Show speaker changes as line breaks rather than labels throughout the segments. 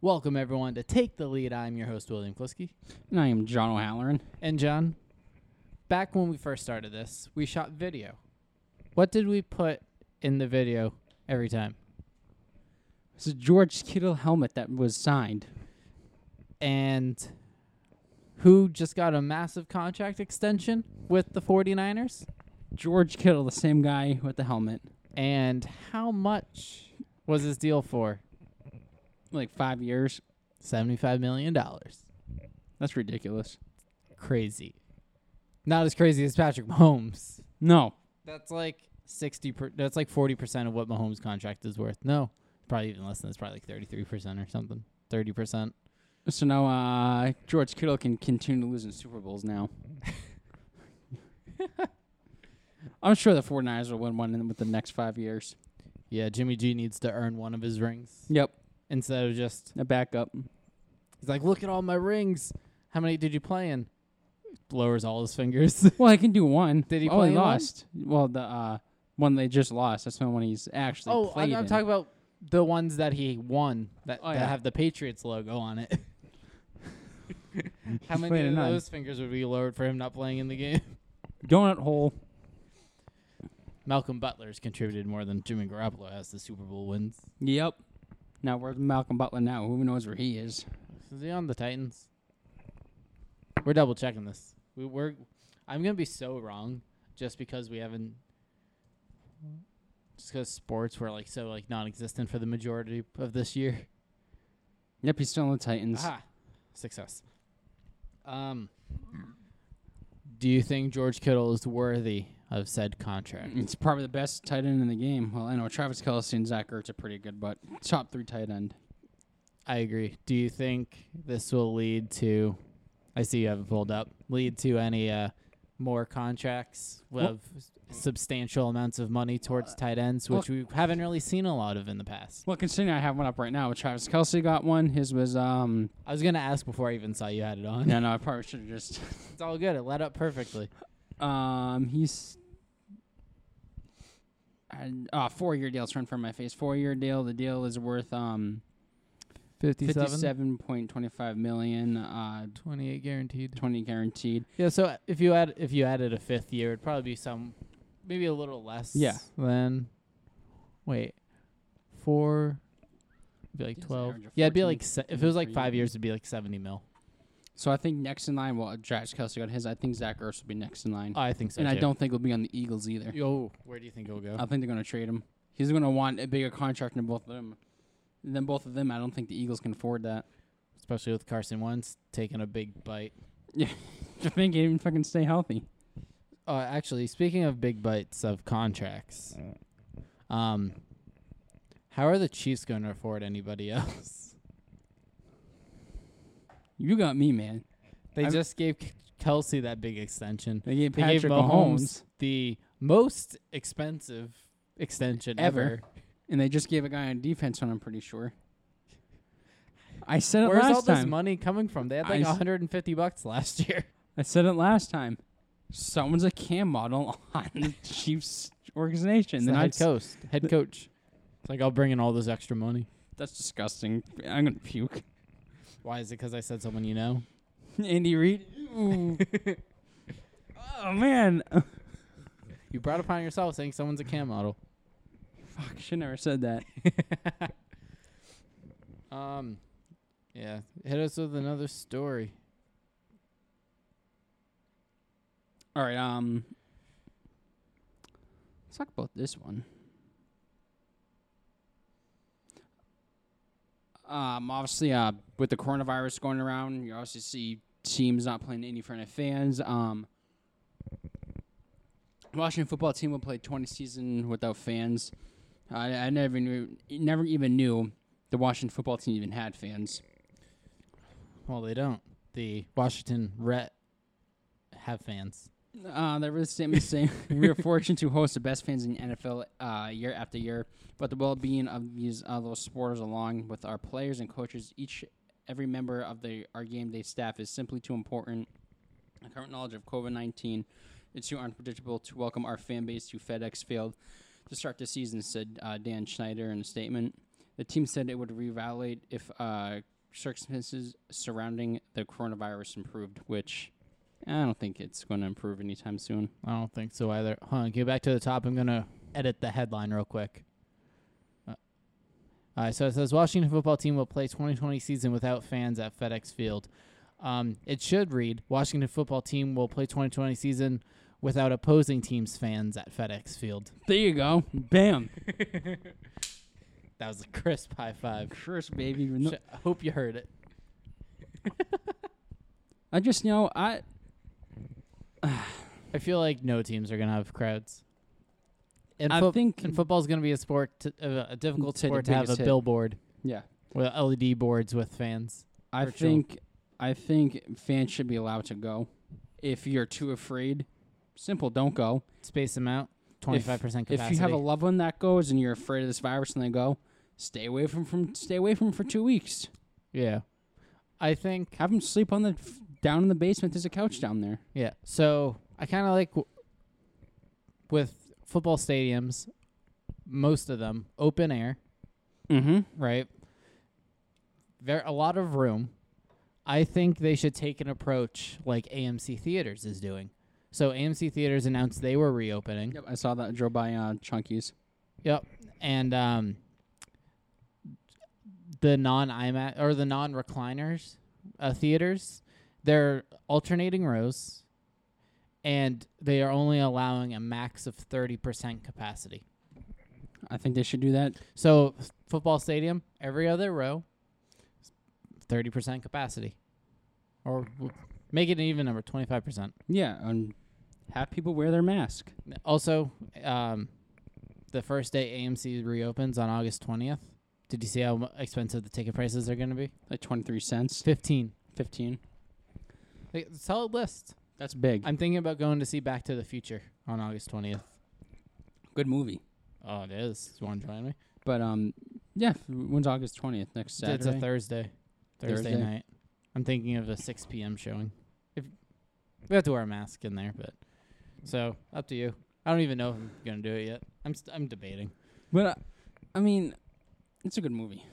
Welcome, everyone, to Take the Lead. I'm your host, William Kliske.
And I am John O'Halloran.
And John, back when we first started this, we shot video. What did we put in the video every time?
It's a George Kittle helmet that was signed.
And who just got a massive contract extension with the 49ers?
George Kittle, the same guy with the helmet,
And how much was this deal for?
like five years.
$75 million.
That's ridiculous.
Crazy. Not as crazy as Patrick Mahomes.
No,
That's like sixty. Per, that's like forty percent of what Mahomes' contract is worth. No, probably even less than. that. It's probably like thirty-three percent or something. Thirty percent.
so now uh, George Kittle can continue losing Super Bowls now. I'm sure the 49ers will win one in with the next five years.
Yeah, Jimmy G needs to earn one of his rings
Yep,
instead of just
a backup.
he's like, look at all my rings. How many did you play in? Lowers all his fingers.
Well, I can do one.
Did he
oh,
play
he
in one?
lost. Well, the uh, one they just lost. That's not one he's actually
oh,
played
I'm, I'm
in.
talking about the ones that he won that,
Oh,
that
yeah.
have the Patriots logo on it. How
played
many
in
of
none.
those fingers would be lowered for him not playing in the game?
Donut hole.
Malcolm Butler's contributed more than Jimmy Garoppolo has to Super Bowl wins.
Yep. Now where's Malcolm Butler now? Who knows where he is?
Is he on the Titans? We're double checking this. We, we're I'm gonna be so wrong just because we haven't just because sports were like so like non-existent for the majority of this year.
Yep, he's still on the Titans.
Aha, success. Um, do you think George Kittle is worthy of said contract?
It's probably the best tight end in the game. Well, I know Travis Kelsey and Zach Ertz are pretty good, but top three tight end.
I agree. Do you think this will lead to? I see you have it pulled up. Lead to any uh, more contracts with
Well- Uh,
substantial amounts of money towards tight ends, which we haven't really seen a lot of in the past.
Well, considering I have one up right now, Travis Kelsey got one. His was um.
I was gonna ask before I even saw you had it on.
yeah, no, I probably should have just.
It's all good. It led up perfectly.
Um, he's. I, uh, four year deal. It's run from my face. Four year deal. The deal is worth um fifty-seven point twenty-five million. Uh,
28 guaranteed.
twenty guaranteed.
Yeah. So uh, if you add if you added a fifth year, it'd probably be some, maybe a little less.
Yeah.
Than, wait, four. Be like
Yes,
twelve.
average of
Yeah, it'd be
14,
like se- if it was
15
like
per
five
year.
years, it'd be like seventy mil.
So I think next in line, well, Travis Kelsey got his. I think Zach Ertz will be next in line,
I think so.
Mm. and I
too.
don't think he'll be on the Eagles either.
Yo, where do you think he'll go?
I think they're going to trade him. He's going to want a bigger contract than both of them. Than both of them, I don't think the Eagles can afford that.
Especially with Carson Wentz taking a big bite.
If they can't even fucking stay healthy.
Uh, actually, speaking of big bites of contracts, um, how are the Chiefs going to afford anybody else?
You got me, man.
They
I'm-
just gave K- Kelsey that big extension.
They gave
They
Patrick
gave Mahomes,
Mahomes,
the most expensive extension
Ever.
ever.
and they just gave a guy on defense on. I'm pretty sure. I said it
Where's all
last
this
time.
money coming from? They had
I
like
s-
150 bucks last year.
I said it last time. Someone's a cam model on the Chiefs organization.
It's the
They're not
head
s-
coach. Head coach. It's like I'll bring in all this extra money.
That's disgusting. I'm gonna puke.
Why is it? Because I said someone you know.
Andy Reid. Ooh. oh man.
You brought upon yourself saying someone's a cam model.
Fuck, should never said that.
Um, yeah. Hit us with another story.
All right, um Let's talk about this one. Um obviously uh with the coronavirus going around, you obviously see teams not playing any front of fans. Um Washington football team will play 20 season without fans. I, I never knew, never even knew the Washington football team even had fans.
Well, they don't. The Washington Ret have fans.
Uh, there was same same. we were fortunate to host the best fans in the NFL uh, year after year, but the well-being of these uh, those supporters, along with our players and coaches, each every member of the our game day staff is simply too important. The current knowledge of COVID nineteen is too unpredictable to welcome our fan base to FedEx Field to start the season," said uh, Dan Schneider in a statement. The team said it would reevaluate if uh, circumstances surrounding the coronavirus improved, which I don't think it's going to improve anytime soon.
I don't think so either. Hold on, get back to the top. I'm gonna edit the headline real quick. Uh, All right, so it says Washington football team will play 2020 season without fans at FedEx Field. Um, it should read Washington football team will play 2020 season without opposing teams' fans at FedEx Field.
There you go. Bam.
That was a crisp high five.
Curse, baby. No-
Sh- I hope you heard it.
I just you know I
I feel like no teams are gonna have crowds. And
I
fo-
think-
and football's gonna be a sport, to, uh, a difficult
Take the
sport to have a
biggest hit.
billboard
yeah
with LED boards with fans.
I
Virtual.
think I think fans should be allowed to go. If you're too afraid, simple, don't go.
space them out. Twenty
If-
five percent capacity.
If you have a loved one that goes and you're afraid of this virus and they go, stay away from from stay away from 'em for two weeks.
yeah, I think
Have them sleep on the f- down in the basement. There's a couch down there.
yeah. So I kind of like w- with football stadiums, most of them open air,
Mm-hmm.
right? There a lot of room. I think they should take an approach like AMC theaters is doing. So AMC theaters announced they were reopening.
Yep, I saw that drove by uh, Chunkies.
Yep. And um the non IMAX or the non recliners uh, theaters, they're alternating rows and they are only allowing a max of 30% capacity.
I think they should do that.
So, f- football stadium, every other row, 30% capacity. Or w- make it an even number, 25%.
Yeah, and have people wear their mask.
Also, um, the first day AMC reopens on August 20th. Did you see how mu- expensive the ticket prices are going to be?
Like twenty three cents,
15.
fifteen.
Like, Solid list.
That's big.
I'm thinking about going to see Back to the Future on August 20th.
Good movie.
Oh, it is. You want to join me?
But um, yeah. When's August twentieth? Next Saturday.
It's a Thursday. Thursday.
Thursday?
night. I'm thinking of a 6 p.m. showing. If We have to wear a mask in there, but. So, up to you. I don't even know if I'm going to do it yet. I'm, st- I'm debating.
But uh, I mean, it's a good movie.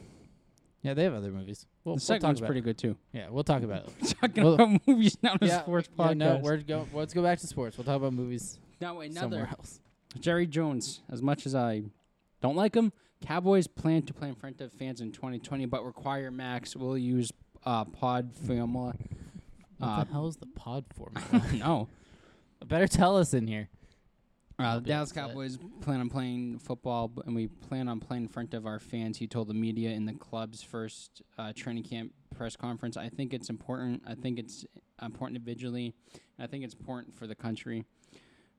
Yeah, they have other movies. We'll,
the
we'll
second
talk
one's
about
pretty
it.
good too.
Yeah, we'll talk about it.
Talking
Well-
about movies, not a sports
yeah,
podcast.
no, we're go, let's go back to sports. We'll talk about movies
now another
somewhere else.
Jerry Jones. As much as I don't like him, Cowboys plan to play in front of fans in 2020, but require Max will use uh, pod formula.
What
Uh,
the hell is the pod format?
no,
Better tell us in here.
uh,
I'll
the
be
Dallas
upset.
Cowboys plan on playing football, b- and we plan on playing in front of our fans. He told the media in the club's first uh, training camp press conference. I think it's important. I think it's important individually. And I think it's important for the country.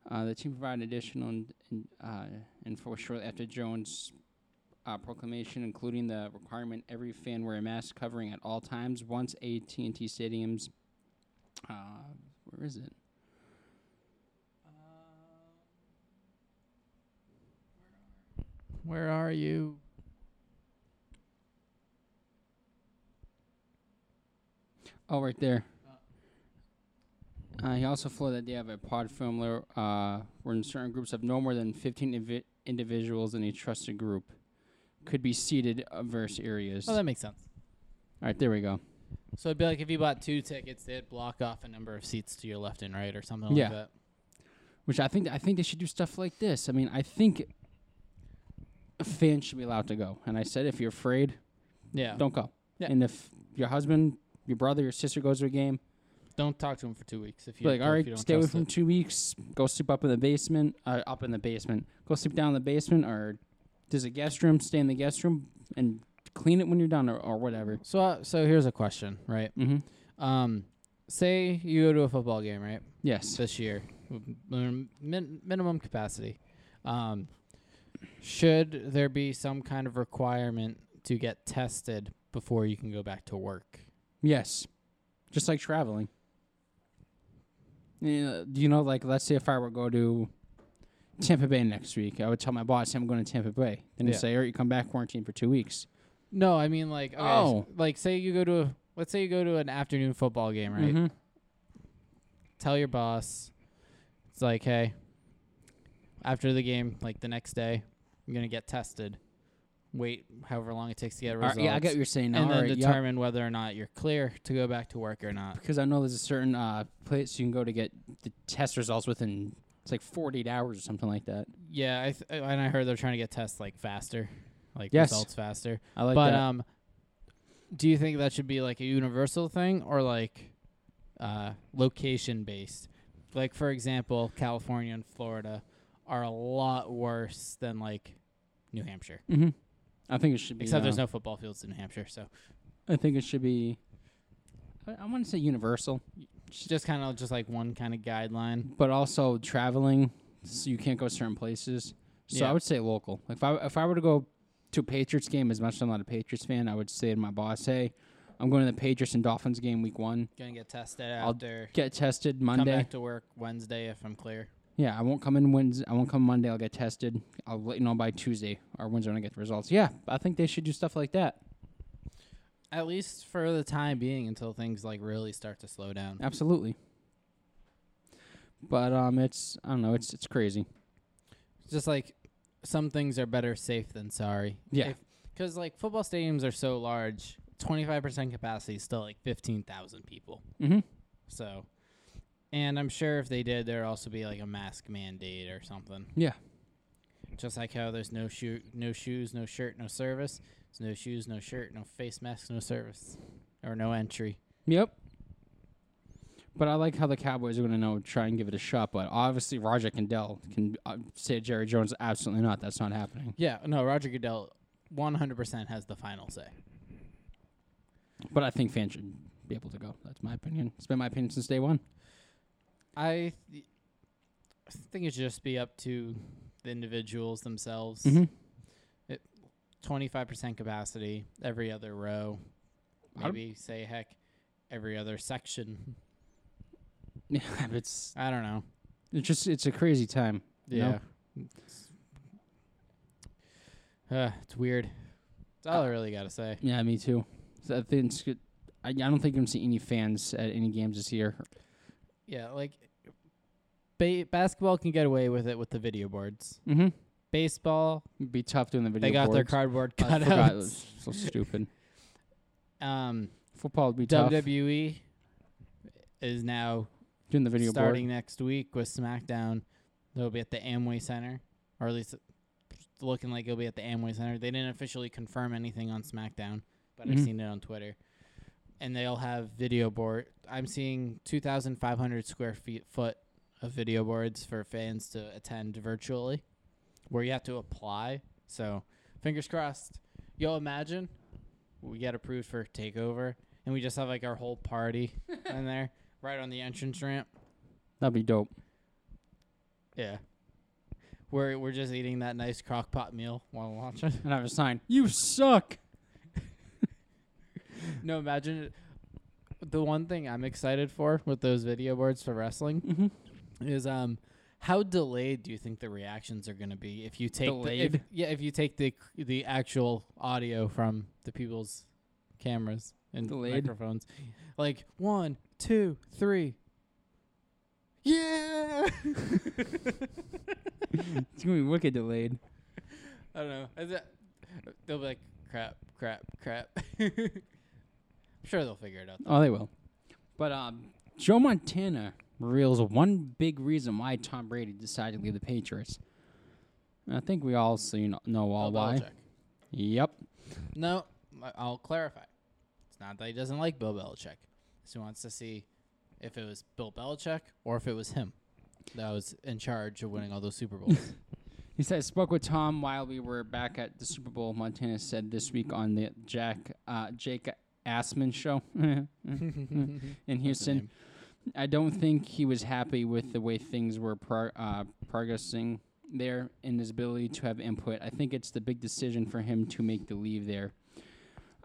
Uh, the team provided additional in, in, uh, info shortly after Jones' uh, proclamation, including the requirement every fan wear a mask covering at all times. Once AT&T Stadium's, uh, where is it?
Uh, Where are you?
Oh, right there. Uh, he also floated the idea of a pod formula uh, wherein certain groups of no more than 15 invi- individuals in a trusted group could be seated verse areas.
Oh, that makes sense.
All right, there we go.
So it'd be like if you bought two tickets, they'd block off a number of seats to your left and right or something
Yeah.
like that.
Which I think I think they should do stuff like this. I mean, I think fans should be allowed to go. And I said, if you're afraid,
Yeah. Don't,
don't go.
Yeah.
And if your husband, your brother, your sister goes to a game,
don't talk to him for two weeks if
Be
you
like,
if
all
you
right,
don't
stay away
trust
from
it."
two weeks. Go sleep up in the basement. Uh, up in the basement. Go sleep down in the basement, or there's a guest room. Stay in the guest room and clean it when you're done, or, or whatever.
So uh, so here's a question, right?
Mm-hmm.
Um, say you go to a football game, right?
Yes.
This year, with min- min- minimum capacity. Um, should there be some kind of requirement to get tested before you can go back to work?
Yes. Just like traveling. Yeah, you know, like let's say if I were to go to Tampa Bay next week, I would tell my boss I'm going to Tampa Bay. Then
Yeah.
he'd say, all right, you come back quarantine for two weeks.
No, I mean like okay, oh,
Oh.
like say you go to a let's say you go to an afternoon football game, right?
Mhm.
Tell your boss, it's like, hey, after the game, like the next day, I'm gonna get tested. wait however long it takes to get
All
results.
right, yeah, I get what you're saying. now.
and
All
then
right, yep.
determine whether or not you're clear to go back to work or not.
because I know there's a certain uh, place you can go to get the test results within it's like 48 hours or something like that.
Yeah, I th- and I heard they're trying to get tests like faster, like
Yes.
results faster.
I like
but
that.
um, do you think that should be like a universal thing or like uh, location based? Like for example, California and Florida are a lot worse than like New Hampshire.
hmm I think it should be.
Except there's
uh,
no football fields in New Hampshire, so
I think it should be. I, I want to say universal,
it's just kind of just like one kind of guideline.
but also traveling, so you can't go certain places. So
Yeah.
I would say local. Like if I if I were to go to a Patriots game, as much as I'm not a Patriots fan, I would say to my boss, "Hey, I'm going to the Patriots and Dolphins game week one.
Gonna get tested
I'll
after.
Get tested
Come
Monday.
back to work Wednesday if I'm clear.
Yeah, I won't come in Wednesday. I won't come Monday. I'll get tested. I'll let you know by Tuesday or Wednesday when I get the results. Yeah, I think they should do stuff like that.
At least for the time being, until things like really start to slow down.
Absolutely. But um, it's I don't know. It's it's crazy.
just like some things are better safe than sorry.
Yeah.
Because like football stadiums are so large, 25% capacity is still like 15,000 people.
Mm-hmm.
So, and I'm sure if they did, there'd also be like a mask mandate or something.
Yeah.
Just like how there's no shoe, no shoes, no shirt, no service. There's no shoes, no shirt, no face mask, no service, or no entry.
Yep. But I like how the Cowboys are going to know try and give it a shot. But obviously, Roger Goodell can uh, say to Jerry Jones, absolutely not. That's not happening.
Yeah. No, Roger Goodell 100% has the final say.
But I think fans should be able to go. That's my opinion. It's been my opinion since day one.
I th- think it should just be up to the individuals themselves.
Mhm.
Twenty-five percent capacity every other row.
I don't-
Maybe say heck every other section.
Yeah, it's
I don't know.
it's just it's a crazy time. You know?
It's, uh, it's weird. That's
Uh,
all I really got to say.
Yeah, me too. So I think it's good. I, I don't think I'm gonna see any fans at any games this year.
Yeah, like ba- basketball can get away with it with the video boards.
Mm-hmm.
Baseball,
It'd be tough doing the video.
they got their
boards.
cardboard
I forgot. It
cutouts.
was so stupid.
Um,
Football would be tough.
WWE is now
doing the video
starting
board.
next week with SmackDown. They'll be at the Amway Center, or at least it's looking like it'll be at the Amway Center. They didn't officially confirm anything on SmackDown, but I've
Mhm.
seen it on Twitter. And they'll have video board. I'm seeing 2,500 square feet foot of video boards for fans to attend virtually, where you have to apply. So fingers crossed. Yo, imagine we get approved for takeover, and we just have like our whole party in there, right on the entrance ramp.
That'd be dope.
Yeah. We're we're just eating that nice crock pot meal while watching.
And I have a sign. You suck.
no, imagine it. The one thing I'm excited for with those video boards for wrestling
Mm-hmm.
is um how delayed do you think the reactions are going to be if you take The,
Delayed?
if, yeah, if you take the the actual audio from the people's cameras and
Delayed?
microphones. Like one, two, three. Yeah.
It's gonna be wicked delayed.
I don't know. Is that- they'll be like, crap, crap, crap. I'm sure they'll figure it out.
Oh, they will. But um, Joe Montana reveals one big reason why Tom Brady decided to leave the Patriots. And I think we all see know all
Bill
why.
Belichick.
Yep.
No, I- I'll clarify. It's not that he doesn't like Bill Belichick. It's he wants to see if it was Bill Belichick or if it was him that was in charge of winning all those Super Bowls.
He said, spoke with Tom while we were back at the Super Bowl. Montana said this week on the Jack uh, Jake Assman show in Houston. I don't think he was happy with the way things were pro- uh, progressing there and his ability to have input. I think it's the big decision for him to make the leave there.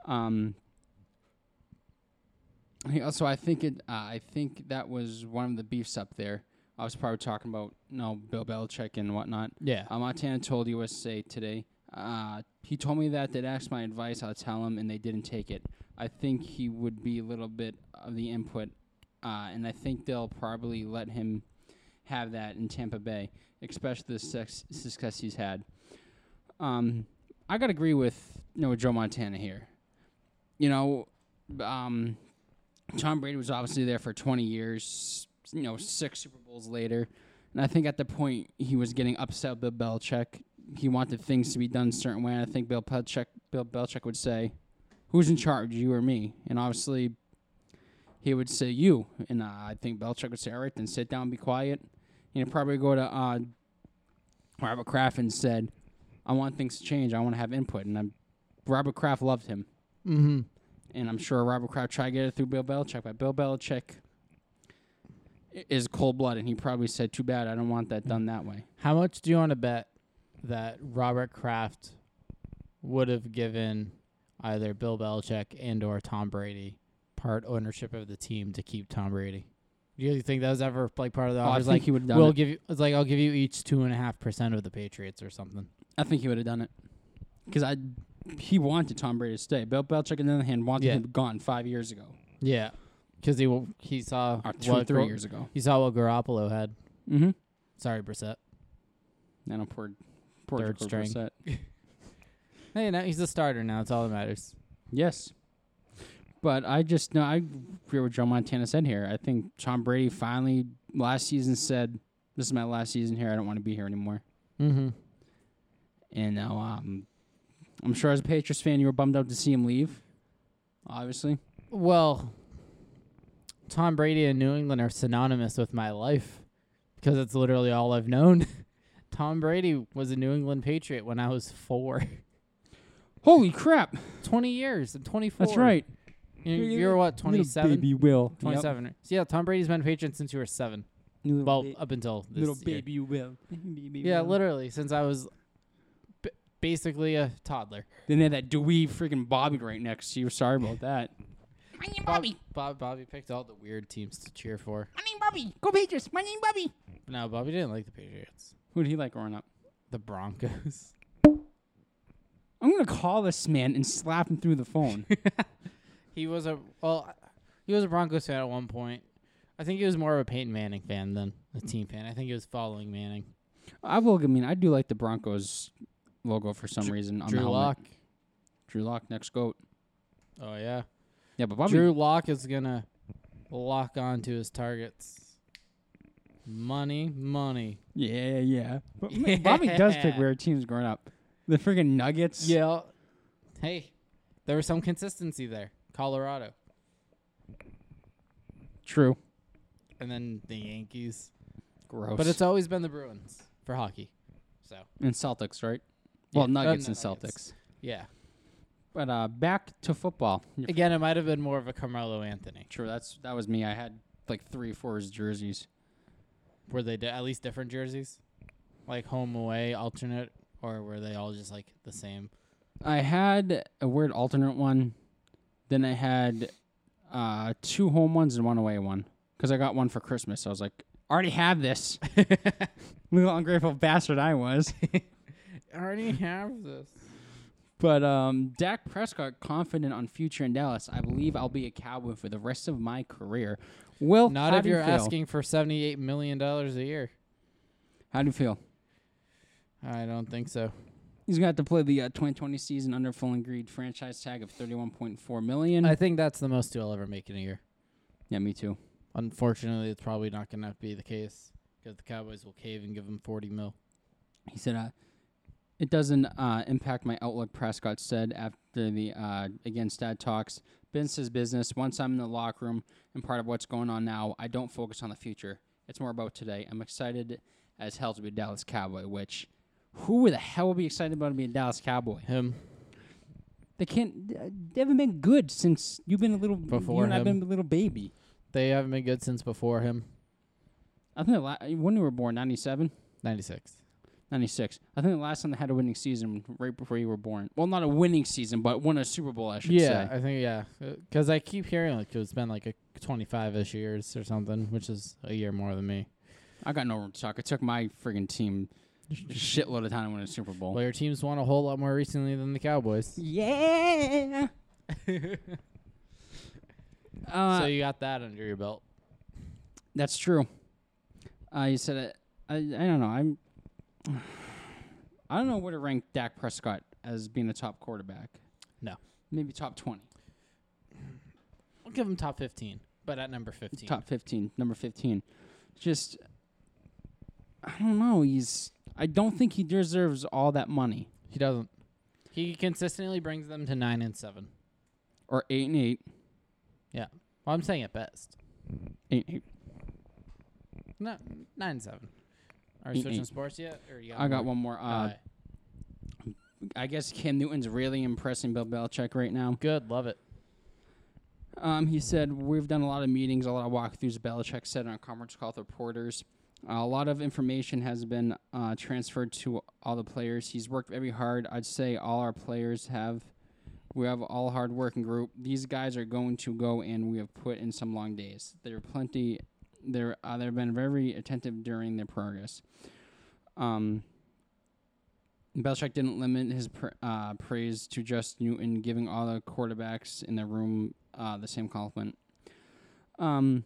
Um, he also, I think it. Uh, I think that was one of the beefs up there. I was probably talking about you know, Bill Belichick and whatnot.
Yeah.
Uh, Montana told USA Today. Uh, he told me that they'd ask my advice, I'll tell him, and they didn't take it. I think he would be a little bit of the input, uh, and I think they'll probably let him have that in Tampa Bay, especially the sex- success he's had. Um, I gotta agree with you know, Joe Montana here. You know, um, Tom Brady was obviously there for 20 years. You know, six Super Bowls later, and I think at the point he was getting upset with Bill Belichick. He wanted things to be done a certain way. And I think Bill Belichick, Bill Belichick would say, "Who's in charge, you or me?" And obviously, he would say you. And uh, I think Belichick would say, "All right, then sit down, be quiet." You know, probably go to uh, Robert Kraft and said, "I want things to change. I want to have input." And I'm, Robert Kraft loved him,
Mm-hmm.
and I'm sure Robert Kraft tried to get it through Bill Belichick, but Bill Belichick i- is cold blooded, and he probably said, "Too bad. I don't want that done that way."
How much do you want to bet that Robert Kraft would have given either Bill Belichick and or Tom Brady part ownership of the team to keep Tom Brady? Do you think that was ever like part of the
Oh, I
offers?
think
Like
he would have done
we'll
it.
give you it's like I'll give you each two and a half percent of the Patriots or something.
I think he would have done it because I he wanted Tom Brady to stay. Bill Belichick, on the other hand, wanted
Yeah.
him gone five years ago
Yeah, because he will, he saw
or two or
what
three
Gar-
years ago.
He saw what Garoppolo had.
Mm-hmm.
Sorry, Brissett.
And a poor, poor
Third
Jacoby
string.
Brissett.
Hey, now he's a starter now. It's all that matters.
Yes. But I just no, I agree with Joe Montana said here. I think Tom Brady finally last season said, "This is my last season here. I don't want to be here anymore."
Mm-hmm.
And now, um, I'm sure as a Patriots fan, you were bummed out to see him leave. Obviously,
Well, Tom Brady and New England are synonymous with my life because it's literally all I've known. Tom Brady was a New England Patriot when I was four.
holy crap!
20 years. I'm 24.
That's right.
You, you're what, 27?
baby Will.
27. So yeah, Tom Brady's been a patron since you were seven.
Little,
Well, up until this year.
Will.
Yeah, literally, since I was b- basically a toddler.
Then they had that dweeb freaking Bobby right next to you. Sorry about that.
My name
Bob-
Bobby.
Bob, Bobby picked all the weird teams to cheer for.
My name Bobby. Go Patriots. My name Bobby.
But no, Bobby didn't like the Patriots.
Who did he like growing up?
The Broncos.
I'm gonna call this man and slap him through the phone.
He was a well, he was a Broncos fan at one point. I think he was more of a Peyton Manning fan than a team fan. I think he was following Manning.
I will. I mean, I do like the Broncos logo for some reason. On the
Drew
helmet.
Lock.
Drew Lock. Next goat.
Oh yeah,
Yeah, but Bobby.
Drew Lock is gonna lock onto his targets. Money, money.
Yeah, yeah. But man, Bobby does pick
Yeah.
weird teams growing up. The freaking Nuggets.
Yeah. Hey, there was some consistency there. Colorado,
True.
and then the Yankees.
Gross.
But it's always been the Bruins for hockey. So
and Celtics, right? Well,
Yeah, uh,
Nuggets
no,
and Celtics.
Nuggets. yeah.
But uh, back to football.
Again, it might have been more of a Carmelo Anthony.
True. That's that was me. I had like three, four of his jerseys.
Were they di- at least different jerseys, like home away alternate, or were they all just like the same?
I had a weird alternate one. Then I had uh, two home ones and one away one. Because I got one for Christmas. I was like, I already have this. Little ungrateful bastard I was.
I already have this.
But um, Dak Prescott confident on future in Dallas. I believe I'll be a Cowboy for the rest of my career. Will,
Not
how
if
do you
you're
feel?
asking for seventy-eight million dollars a year.
How do you feel?
I don't think so.
He's going to have to play the uh, 2020 season under full and greed franchise tag of 31.4 million.
I think that's the most he'll ever make in a year.
yeah, me too.
Unfortunately, it's probably not going to be the case because the Cowboys will cave and give him forty mil.
He said, uh, "It doesn't uh, impact my outlook." Prescott said after the uh, again stat talks. Business is business. Once I'm in the locker room and part of what's going on now, I don't focus on the future. It's more about today. I'm excited as hell to be a Dallas Cowboy. Which, who the hell would be excited about being a Dallas Cowboy?
Him.
They can't. They haven't been good since you've been a little.
Before
you and I've
him.
been a little baby.
They haven't been good since before him.
I think the la- when you were born, 97?
Ninety-six.
96. I think the last time they had a winning season right before you were born. Well, not a winning season, but won a Super Bowl, I should
Yeah,
say.
I think yeah, because I keep hearing like it's been like a 25ish years or something, which is a year more than me.
I got no room to talk. I took my friggin' team a shitload of time to win a Super Bowl.
Well, your team's won a whole lot more recently than the Cowboys,
Yeah. uh,
so you got that under your belt.
that's true. Uh, you said it. I, I don't know. I'm. I don't know where to rank Dak Prescott as being a top quarterback.
No.
Maybe top 20.
I'll give him top 15, but at number 15.
Top 15, number 15. Just, I don't know. He's, I don't think he deserves all that money.
He doesn't. He consistently brings them to 9 and 7.
Or 8 and 8.
Well, I'm saying at best.
8 and 8.
No, 9 and 7. Are
Eight,
you switching
eight.
sports yet? Or you
I got
more?
one more. Uh,
Alright.
I guess Cam Newton's really impressing Bill Belichick right now.
Good. Love it.
Um, he said, We've done a lot of meetings, a lot of walkthroughs, Belichick said on a conference call with reporters. Uh, a lot of information has been uh, transferred to all the players. He's worked very hard. I'd say all our players have. We have all hard working group. These guys are going to go, and we have put in some long days. There are plenty. There, uh, they've been very attentive during their progress. Um, Belichick didn't limit his pr- uh, praise to just Newton, giving all the quarterbacks in the room uh, the same compliment. Um,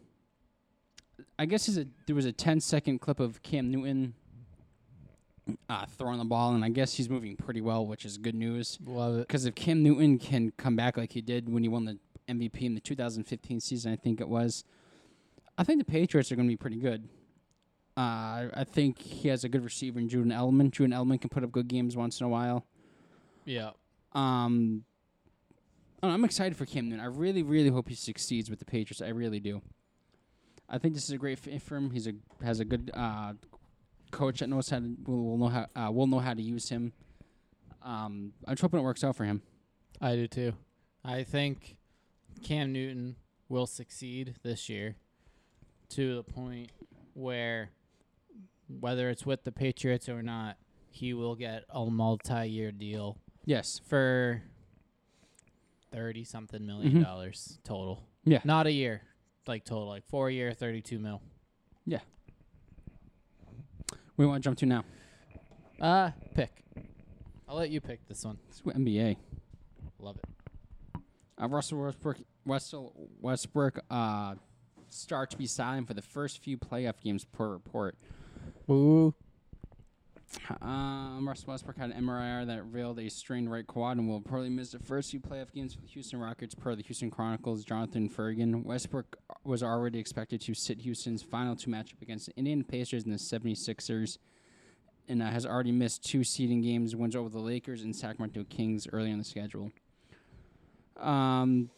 I guess is a, there was a 10 second clip of Cam Newton uh, throwing the ball, and I guess he's moving pretty well, which is good news.
Love it.
Because if Cam Newton can come back like he did when he won the MVP in the 2015 season, I think it was, I think the Patriots are going to be pretty good. Uh, I- I think he has a good receiver in Juden Edelman. Juden Edelman can put up good games once in a while.
Yeah.
Um, I don't know, I'm excited for Cam Newton. I really, really hope he succeeds with the Patriots. I really do. I think this is a great fit for him. He's a has a good uh, coach that knows how to will, will know how uh, will know how to use him. Um, I'm just hoping it works out for him.
I do too. I think Cam Newton will succeed this year to the point where, whether it's with the Patriots or not, he will get a multi year deal
Yes.
for 30 something 1000000
Mhm.
dollars total.
Yeah.
Not a year, like total, like four year, 32 mil.
We want to jump to now.
Uh, pick. I'll let you pick this one.
It's NBA.
Love it.
Uh, Russell Westbrook. Russell Westbrook. Uh, start to be silent for the first few playoff games per report.
Boo.
Um, Russell Westbrook had an MRI that revealed a strained right quad and will probably miss the first few playoff games for the Houston Rockets, per the Houston Chronicles. Jonathan Fergan. Westbrook was already expected to sit Houston's final two matchup against the Indian Pacers and the 76ers, and uh, has already missed two seeding games, wins over the Lakers and Sacramento Kings early on the schedule. Um,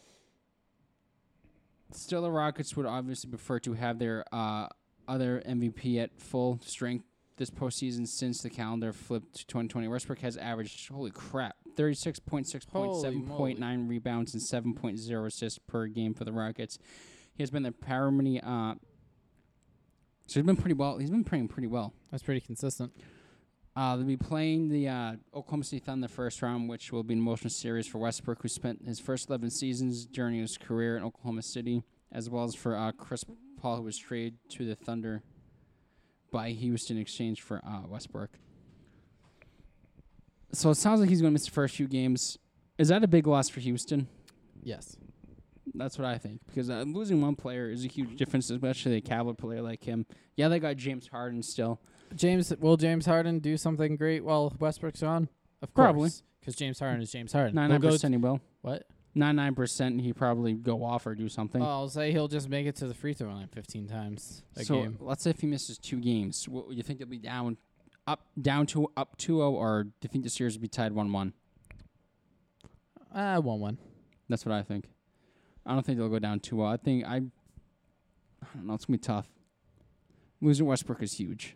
still, the Rockets would obviously prefer to have their uh, other MVP at full strength this postseason since the calendar flipped to 2020. Westbrook has averaged, holy crap, 36.6 points,
Holy
7.9 rebounds, and 7.0 assists per game for the Rockets. He has been the paramount. Uh, so he's been pretty well. He's been playing pretty well.
That's pretty consistent.
Uh, they'll be playing the uh, Oklahoma City Thunder first round, which will be an emotional series for Westbrook, who spent his first 11 seasons during his career in Oklahoma City, as well as for uh, Chris Paul, who was traded to the Thunder by Houston in exchange for uh, Westbrook. So it sounds like he's going to miss the first few games. Is that a big loss for Houston?
Yes.
That's what I think because uh, losing one player is a huge difference, especially a caliber player like him. Yeah, they got James Harden still.
James will James Harden do something great while Westbrook's on? Of course.
Probably.
Because James Harden is James Harden.
Nine
He'll go-
percent he will.
What?
Nine nine percent, he probably go off or do something.
Oh, I'll say he'll just make it to the free throw line 15 times a
so
game.
let's say if he misses two games, what you think he'll be down, up down to up 2-0, or do you think the series will be tied one one?
Ah, one one.
That's what I think. I don't think they'll go down 2-0. I think I, I don't know. It's gonna be tough. Losing Westbrook is huge.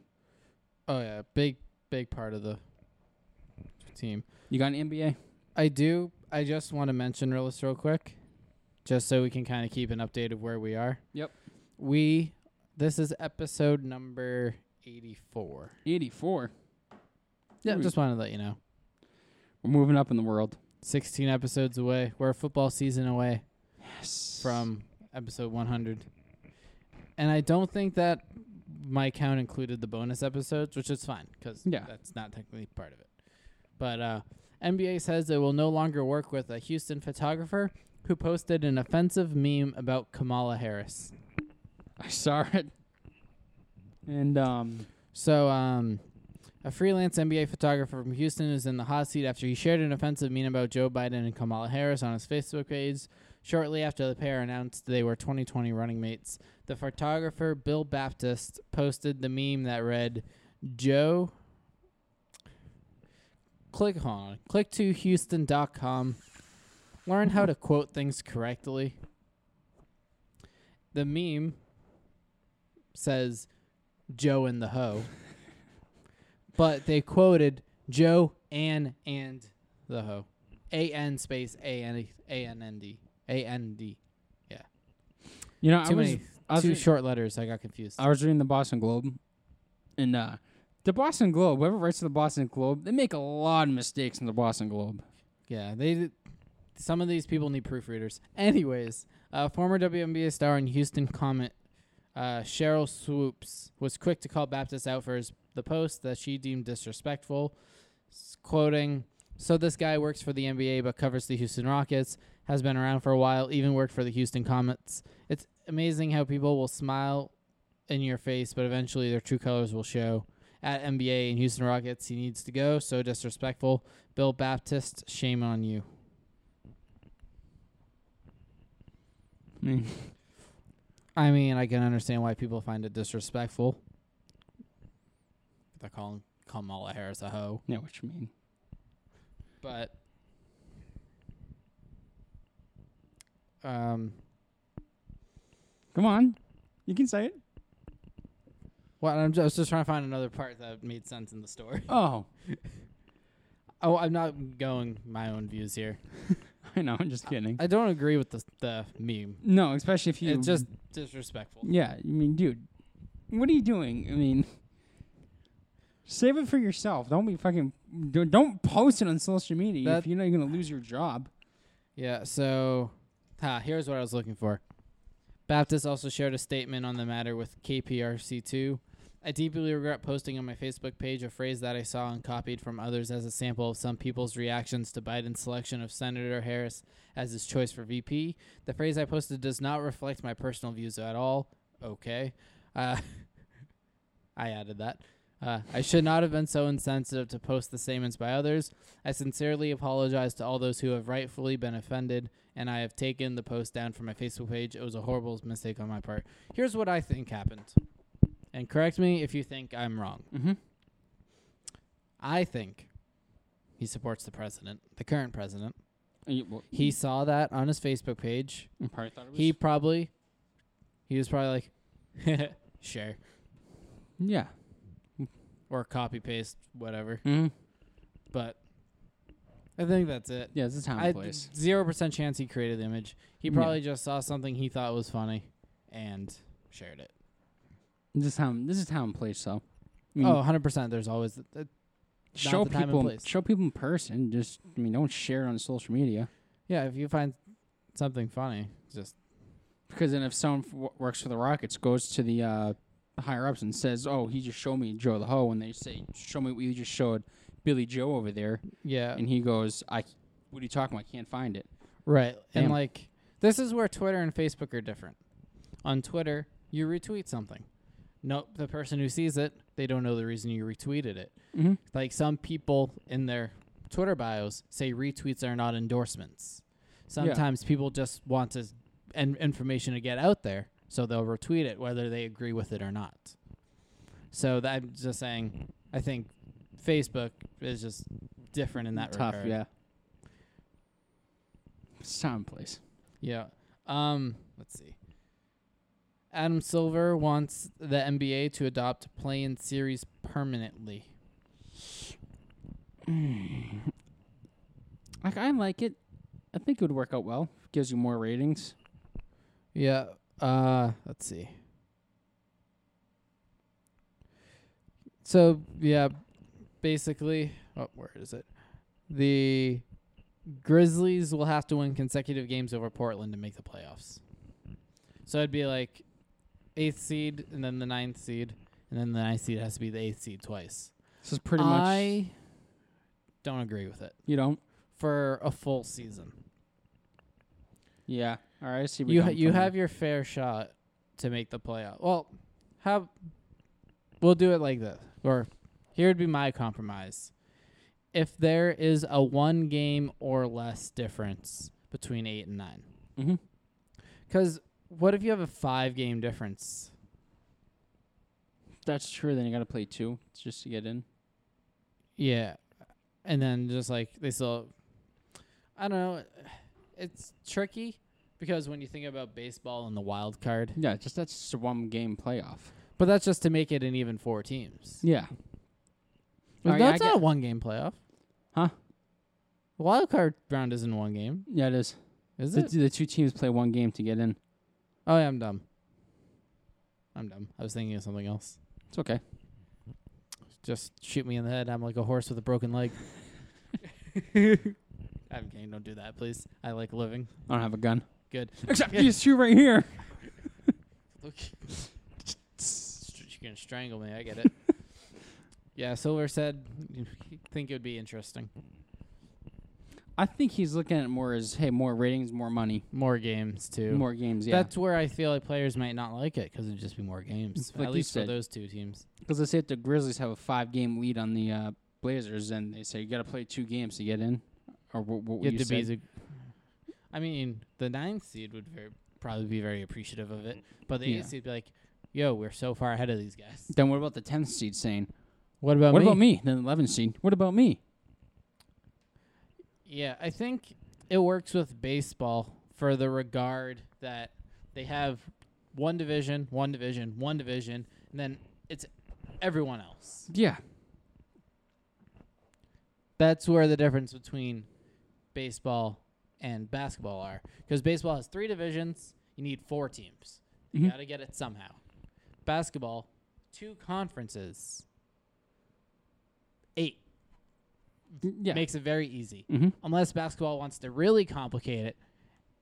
Oh yeah, big big part of the team.
You got an NBA?
I do. I just want to mention realist real quick, just so we can kind of keep an update of where we are.
Yep.
We. This is episode number 84.
Eighty four.
Yeah,
Ooh.
just wanted to let you know.
We're moving up in the world.
16 episodes away. We're a football season away.
Yes.
from episode 100. And I don't think that my count included the bonus episodes, which is fine because
Yeah.
that's not technically part of it. But uh, NBA says they will no longer work with a Houston photographer who posted an offensive meme about Kamala Harris.
I saw it. And um,
So um, A freelance NBA photographer from Houston is in the hot seat after he shared an offensive meme about Joe Biden and Kamala Harris on his Facebook page shortly after the pair announced they were 2020 running mates. The photographer Bill Baptist posted the meme that read, Joe. Click on click to Houston.com. Learn how to quote things correctly. The meme says Joe and the hoe, but they quoted Joe and and the hoe. A N space A N E, A N N D A N D.
You know, I
Too
was,
many
I was
two
re-
short letters. I got confused.
I was reading the Boston Globe, and uh, the Boston Globe, whoever writes the Boston Globe, they make a lot of mistakes in the Boston Globe.
Yeah, they. Some of these people need proofreaders. Anyways, uh, former WNBA star and Houston Comet uh, Cheryl Swoops was quick to call Baptist out for his, the post that she deemed disrespectful, s- quoting, "So this guy works for the NBA but covers the Houston Rockets. Has been around for a while. Even worked for the Houston Comets. It's amazing how people will smile in your face, but eventually their true colors will show." At NBA and Houston Rockets, he needs to go. So disrespectful. Bill Baptist, shame on you.
I mean,
I mean, I can understand why people find it disrespectful. They're calling Kamala Harris a hoe,
you know what you mean.
but um,
Come on, you can say it.
well, I'm just, I was just trying to find another part that made sense in the story.
Oh,
Oh, I'm not going my own views here.
I know. I'm just kidding.
I don't agree with the the meme.
no, especially if you
It's just disrespectful.
Yeah, I mean, dude, what are you doing? I mean, save it for yourself. Don't be fucking. Don't, don't post it on social media
That-
if you know you're gonna lose your job.
Yeah, so ah, here's what I was looking for. Baptist also shared a statement on the matter with KPRC2. I deeply regret posting on my Facebook page a phrase that I saw and copied from others as a sample of some people's reactions to Biden's selection of Senator Harris as his choice for VP. The phrase I posted does not reflect my personal views at all. Okay. Uh, I added that. Uh, I should not have been so insensitive to post the statements by others. I sincerely apologize to all those who have rightfully been offended, and I have taken the post down from my Facebook page. It was a horrible mistake on my part. Here's what I think happened. And correct me if you think I'm wrong.
Mm-hmm.
I think he supports the president, the current president.
He, well,
He saw that on his Facebook page.
you probably thought it was.
He probably, he was probably like, share
yeah.
or copy paste, whatever.
Mm-hmm.
But I think that's it.
Yeah, it's a time
I
and place.
zero percent chance he created the image. He
Yeah.
probably just saw something he thought was funny and shared it.
This is time. This is time and place. So, I mean,
Oh, 100 percent. There's always uh, th- th-
show
the time and
people.
place.
Show people in person. Just I mean, don't share it on social media
yeah. If you find something funny, just
because then if someone f- wo- works for the Rockets goes to the uh, higher ups and says, "Oh, he just showed me Joe the Ho," and they say, "Show me what you just showed Billy Joe over there."
yeah,
and he goes, "I, what are you talking about? I can't find it."
right. And
Damn.
like this is where Twitter and Facebook are different. On Twitter, you retweet something. Nope, the person who sees it, they don't know the reason you retweeted it.
Mm-hmm.
like some people in their Twitter bios say retweets are not endorsements. Sometimes people just want to and information to get out there, so they'll retweet it whether they agree with it or not. So that, I'm just saying, I think Facebook is just different in that
Tough,
regard.
yeah. It's time and place.
Yeah. Um, let's see. Adam Silver wants the NBA to adopt play-in series permanently.
Like I like it. I think it would work out well. Gives you more ratings.
Yeah. Uh, let's see. So yeah, basically, oh, where is it? The Grizzlies will have to win consecutive games over Portland to make the playoffs. So it'd be like eighth seed, and then the ninth seed, and then the ninth seed has to be the eighth seed twice.
This is pretty much.
I don't agree with it
You don't.
for a full season.
Yeah. All right. I see.
you
where you're
ha-
coming
you
from
have
there.
your fair shot to make the playoff. Well, have we'll do it like this, or Here would be my compromise. If there is a one game or less difference between eight and nine,
Mm-hmm.
because what if you have a five game difference?
That's true. Then you got to play two just to get in.
Yeah. And then just like they still I don't know, it's tricky because when you think about baseball and the wild card,
Yeah, just that swum game playoff.
but that's just to make it an even four teams.
Yeah.
But
Alright, yeah, I
that's not
get-
a one game playoff.
Huh?
The wild card round isn't one game,
Yeah, it is.
is
The,
it?
the two teams play one game to get in.
Oh yeah, I'm dumb. I'm dumb. I was thinking of something else.
It's okay.
Just shoot me in the head. I'm like a horse with a broken leg. I'm kidding. Don't do that, please. I like living.
I don't have a gun.
Good.
Except these two right here.
Look. You're going to strangle me. I get it. yeah, Silver said, he think it would be interesting.
I think he's looking at it more as hey, more ratings, more money,
More games, too.
more games. Yeah,
That's where I feel like players might not like it because it'd just be more games.
Like
At
you
least for
said.
those two teams.
because they say if the Grizzlies have a five-game lead on the uh, Blazers, and they say you got to play two games to get in, or what, what
Yet
you
to be
said.
the- I mean, the ninth seed would very, probably be very appreciative of it, but the
Yeah.
eighth seed would be like, yo, we're so far ahead of these guys.
Then what about the 10th seed saying,
What about
what
me?
about me? Then 11th seed, what about me?
Yeah, I think it works with baseball for the regard that they have one division, one division, one division, and then it's everyone else.
Yeah,
That's where the difference between baseball and basketball are. Because baseball has three divisions, you need four teams. You
Mhm.
got to get it somehow. Basketball, two conferences, eight.
Mm-hmm. yeah.
Makes it very easy.
mm-hmm.
unless basketball wants to really complicate it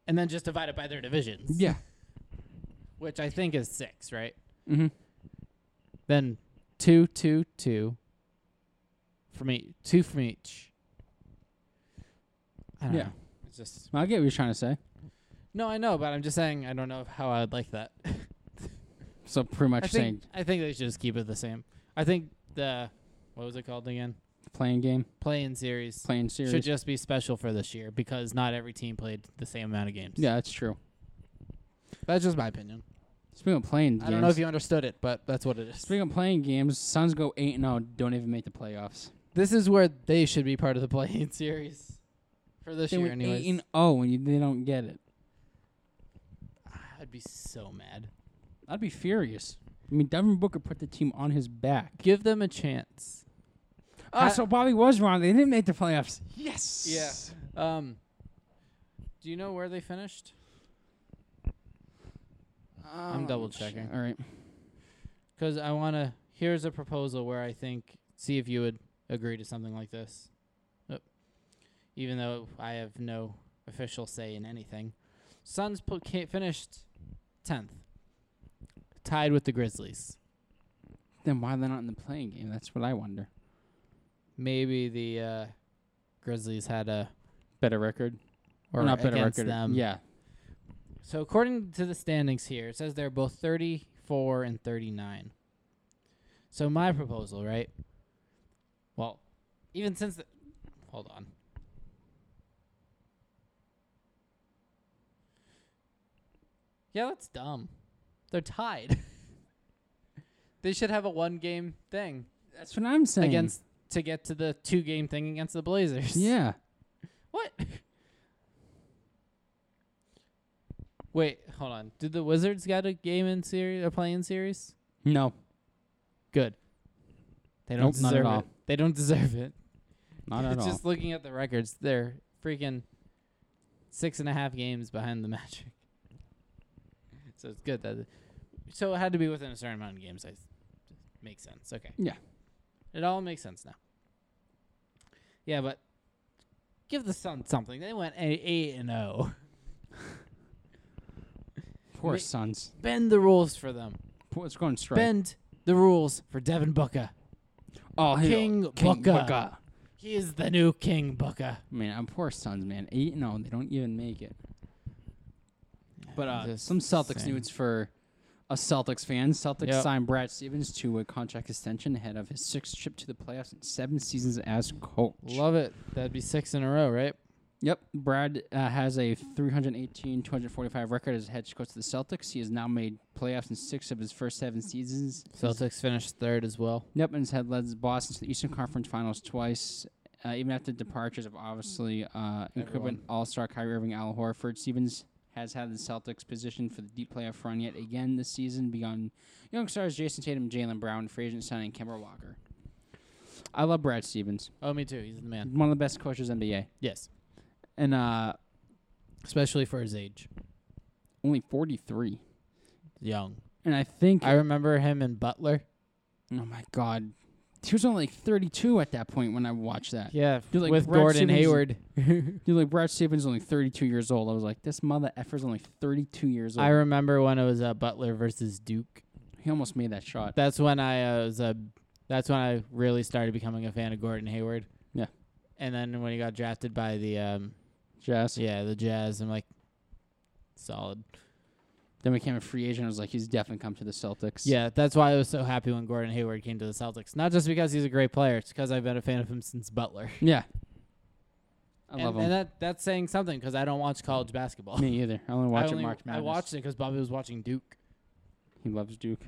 and then just divide it by their divisions,
Yeah.
which I think is six, right?
Mm-hmm.
Then two, two, two from each, two from each. I don't
Yeah.
know. It's just
I get what you're trying to say.
no, I know, but I'm just saying I don't know how I would like that.
So pretty much
I
saying
think I think they should just keep it the same. I think the what was it called again?
playing game,
Play-in series
playing series.
should just be special for this year because not every team played the same amount of games.
yeah, that's true.
that's just my opinion.
Speaking of playing games,
I don't know if you understood it, but that's what it is.
speaking of playing games, Suns go eight and zero, don't even make the playoffs.
This is where they should be part of the play-in series for this
They
year.
went eight
Anyways,
and zero, and you, they don't get it.
Ah, I'd be so mad.
I'd be furious. I mean, Devin Booker put the team on his back.
Give them a chance.
Oh,
I-
so Bobby was wrong. They didn't make the playoffs. Yes.
Um. Do you know where they finished?
Um,
double checking.
All right.
Because I want to. Here's a proposal where I think see if you would agree to something like this. Oh. Even though I have no official say in anything, Suns put, ca- finished tenth, tied with the Grizzlies.
Then why are they not in the playing game? That's what I wonder.
Maybe the uh, Grizzlies had a
Better record
or
not better
against
record?
them.
Yeah.
So according to the standings here, it says they're both 34 and 39. So my proposal, right? Well, even since the hold on. Yeah, that's dumb. They're tied. they should have a one game thing
That's what I'm saying.
against to get to the two game thing against the Blazers.
Yeah.
What? Wait, hold on. Did the Wizards got a game in series, a play in series?
No.
Good. They don't
Nope, not at
deserve
all.
it. They don't deserve it.
Not at
it's
all.
just looking at the records, they're freaking six and a half games behind the Magic. So it's good that. So it had to be within a certain amount of games. I makes sense. Okay.
Yeah.
It all makes sense now. Yeah, but give the Suns something. They went a- eight and oh. zero.
Poor
Ma-
Suns.
Bend the rules for them.
Poor, it's going straight.
Bend the rules for Devin Booker.
oh, hey,
King
King
Booker.
Booker.
He is the new King Booker.
Man, I'm poor Suns, man. Eight no, they don't even make it. But uh,
Just
some Celtics
saying.
news for Us Celtics fans, Celtics
Yep.
signed Brad Stevens to a contract extension ahead of his sixth trip to the playoffs in seven seasons as coach.
Love it. That'd be six in a row, right?
Yep, Brad uh, has a 318, 245 record as head coach of the Celtics. He has now made playoffs in six of his first seven seasons.
Celtics finished third as well.
Yep, and has had led Boston to the Eastern Conference Finals twice. Uh, even after departures of obviously uh,
Everyone.
incumbent All-Star Kyrie Irving, Al Horford, Stevens has had the Celtics positioned for the deep playoff run yet again this season. Beyond young stars Jason Tatum, Jalen Brown, free agent signing Kemba Walker. I love Brad Stevens,
Oh, me too. He's the man.
one of the best coaches in the NBA,
Yes,
and uh,
especially for his age.
only 43.
Young.
And I think
I remember him in Butler.
Oh my god. He was only like 32 at that point when I watched that.
Yeah,
Dude, like
with
Brad
Gordon
Stevens-
Hayward.
Dude, like Brad Stevens only 32 years old. I was like, this mother effer's only 32 years old.
I remember when it was uh, Butler versus Duke.
he almost made that shot.
That's when I uh, was uh, That's when I really started becoming a fan of Gordon Hayward.
Yeah.
And then when he got drafted by the um,
Jazz.
yeah the Jazz, I'm like, solid.
Then became a free agent. I was like, he's definitely come to the Celtics.
Yeah, that's why I was so happy when Gordon Hayward came to the Celtics. Not just because he's a great player, it's because I've been a fan of him since Butler.
Yeah. I
and,
love him.
And that that's saying something because I don't watch college basketball.
Me either. I only watch
I
it
only-
March
I
Madness.
watched it because Bobby was watching Duke.
He loves Duke.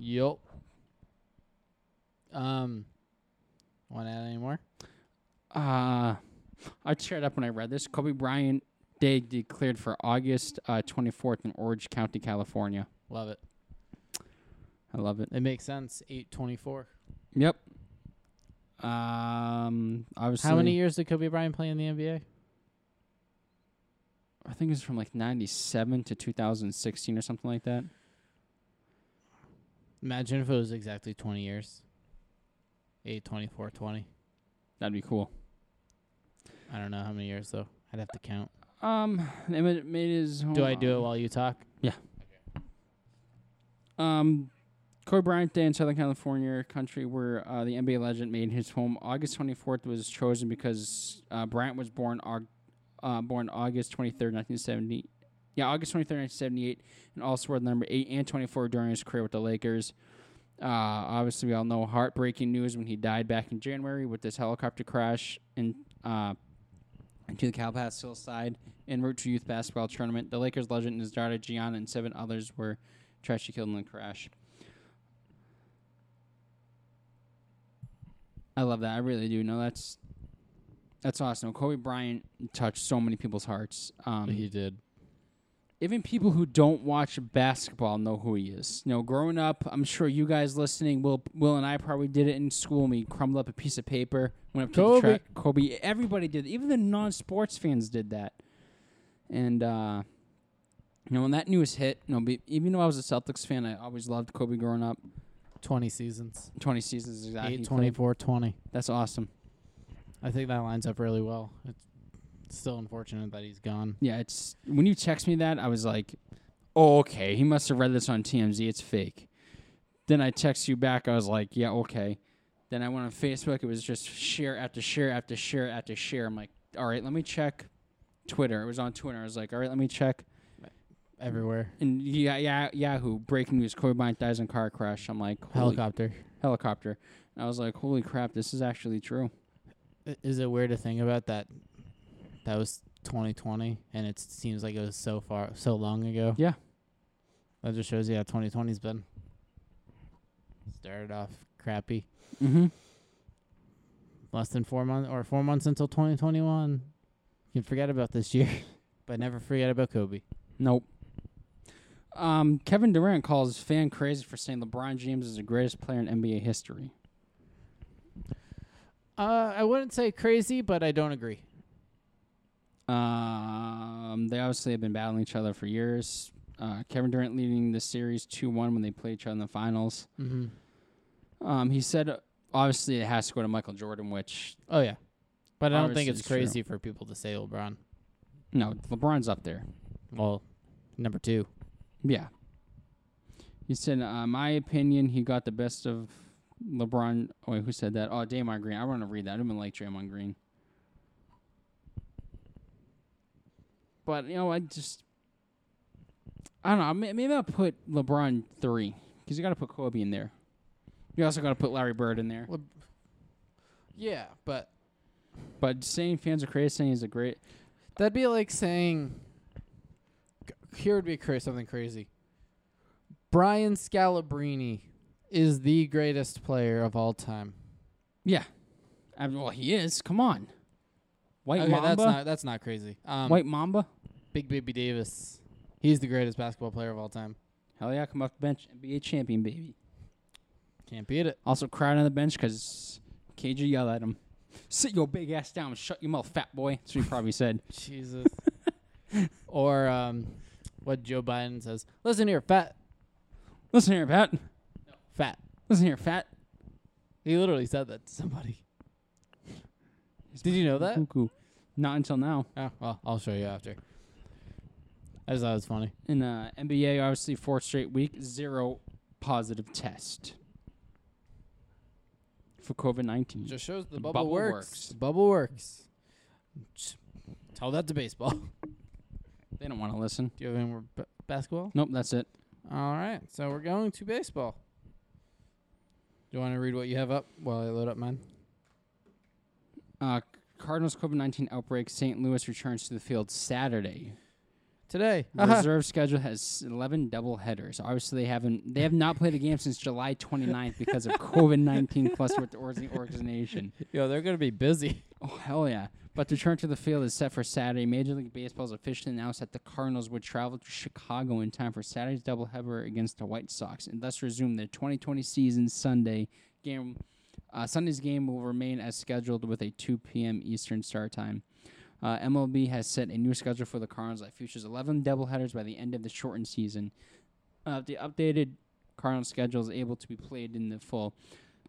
Yup. Um, want to add any more?
Uh, I cheered up when I read this. Kobe Bryant, they declared for August uh, 24th in Orange County, California.
Love it.
I love it.
It makes sense. Eight twenty-four.
Yep. Um, obviously,
How many years did Kobe Bryant play in the NBA?
I think it's from like '97 to 2016 or something like that.
Imagine if it was exactly twenty years. Eight twenty-four twenty.
That'd be cool.
I don't know how many years though. I'd have to count.
Um, they ma- made his.
Do I do it while you talk?
Um, Kobe Bryant Day in Southern California, country where uh, the NBA legend made his home. August 24th was chosen because uh, Bryant was born Aug- uh, born August 23rd, 1970. Yeah, August 23rd, 1978, and also world number eight and 24 during his career with the Lakers. Uh, obviously, we all know heartbreaking news when he died back in January with this helicopter crash in uh, into the Calpass Hillside en route to youth basketball tournament. The Lakers legend and his daughter Gianna and seven others were tragically killed in the crash. I love that. I really do. No, that's that's awesome. Kobe Bryant touched so many people's hearts. Um,
he did.
even people who don't watch basketball know who he is. You know, growing up, I'm sure you guys listening, Will, Will and I probably did it in school. and We crumbled up a piece of paper, went up to
Kobe.
the track. Kobe. Everybody did. Even the non-sports fans did that. And uh, you know, when that news hit, you know, be, even though I was a Celtics fan, I always loved Kobe growing up.
Twenty seasons.
20 seasons
Eight
exactly. he played.
twenty-four twenty.
That's awesome.
I think that lines up really well. It's still unfortunate that he's gone.
Yeah, it's when you text me that, I was like, "Oh, okay, he must have read this on TMZ. It's fake." Then I text you back. I was like, "Yeah, okay." Then I went on Facebook. It was just share after share after share after share. I'm like, "All right, let me check Twitter." It was on Twitter. I was like, "All right, let me check."
Everywhere.
And yeah, yeah, Yahoo breaking news: Kobe Bryant dies in car crash. I'm like, holy,
Helicopter.
helicopter. And I was like, "Holy crap, this is actually true."
I- Is it weird to think about that? That was 2020, and it seems like it was so far, so long ago.
Yeah.
That just shows you how 2020's been. Started off crappy.
Mm-hmm.
Less than four months, or four months until 2021. You can forget about this year, but never forget about Kobe.
Nope. Um, Kevin Durant calls fan crazy for saying LeBron James is the greatest player in NBA history.
Uh, I wouldn't say crazy, but I don't agree.
Um, they obviously have been battling each other for years. Uh, Kevin Durant leading the series 2 1 when they played each other in the finals.
Mm-hmm.
Um, he said, uh, obviously, it has to go to Michael Jordan, which,
Oh yeah, but I don't think
Obviously
it's
it's true.
crazy for people to say LeBron.
no, LeBron's up there.
Well, number two.
Yeah. He said, uh, my opinion, he got the best of LeBron. Oh, wait, who said that? Oh, Draymond Green. I want to read that. I don't even like Draymond Green. But, you know, I just. I don't know. may- Maybe I'll put LeBron three because you got to put Kobe in there. You also got to put Larry Bird in there.
Le- yeah, but
But saying fans are crazy, saying he's a great.
that'd be like saying here would be cra- something crazy. Brian Scalabrine is the greatest player of all time.
Yeah. I mean, well, he is. Come on. White
okay,
Mamba.
that's not that's not crazy. Um,
White Mamba.
Big Baby Davis, he's the greatest basketball player of all time.
Hell yeah! Come off the bench, NBA champion, baby.
Can't beat it.
Also, crowd on the bench because KG yelled at him. Sit your big ass down. and Shut your mouth, fat boy. That's what he probably said.
Jesus. or um, what Joe Biden says. Listen here, fat,
Listen here, Pat.
fat.
Listen here, fat.
He literally said that to somebody. Did you know that?
Cuckoo. Not until now.
Oh, well, I'll show you after. I just thought it was funny.
In uh, NBA, obviously, fourth straight week, zero positive test for COVID 19.
Just shows the bubble,
bubble Bubble works.
works.
works.
Bubble works. Just tell that to baseball. Do
They don't want to listen.
you have any more b- basketball?
Nope, that's it.
All right, so we're going to baseball. Do you want to read what you have up while I load up mine?
Uh, Cardinals COVID 19 outbreak. St. Louis returns to the field Saturday.
Today.
Reserve schedule has 11 doubleheaders. Obviously, they haven't they have not played a game since July 29th because of COVID 19 cluster with the org- organization.
Yo, they're going to be busy.
Oh hell yeah! But the return to the field is set for Saturday. Major League Baseball has officially announced that the Cardinals would travel to Chicago in time for Saturday's doubleheader against the White Sox, and thus resume their 2020 season Sunday game. Uh, Sunday's game will remain as scheduled with a 2 p.m. Eastern start time. Uh, MLB has set a new schedule for the Cardinals that features 11 doubleheaders by the end of the shortened season. Uh, the updated Cardinals schedule is able to be played in the full.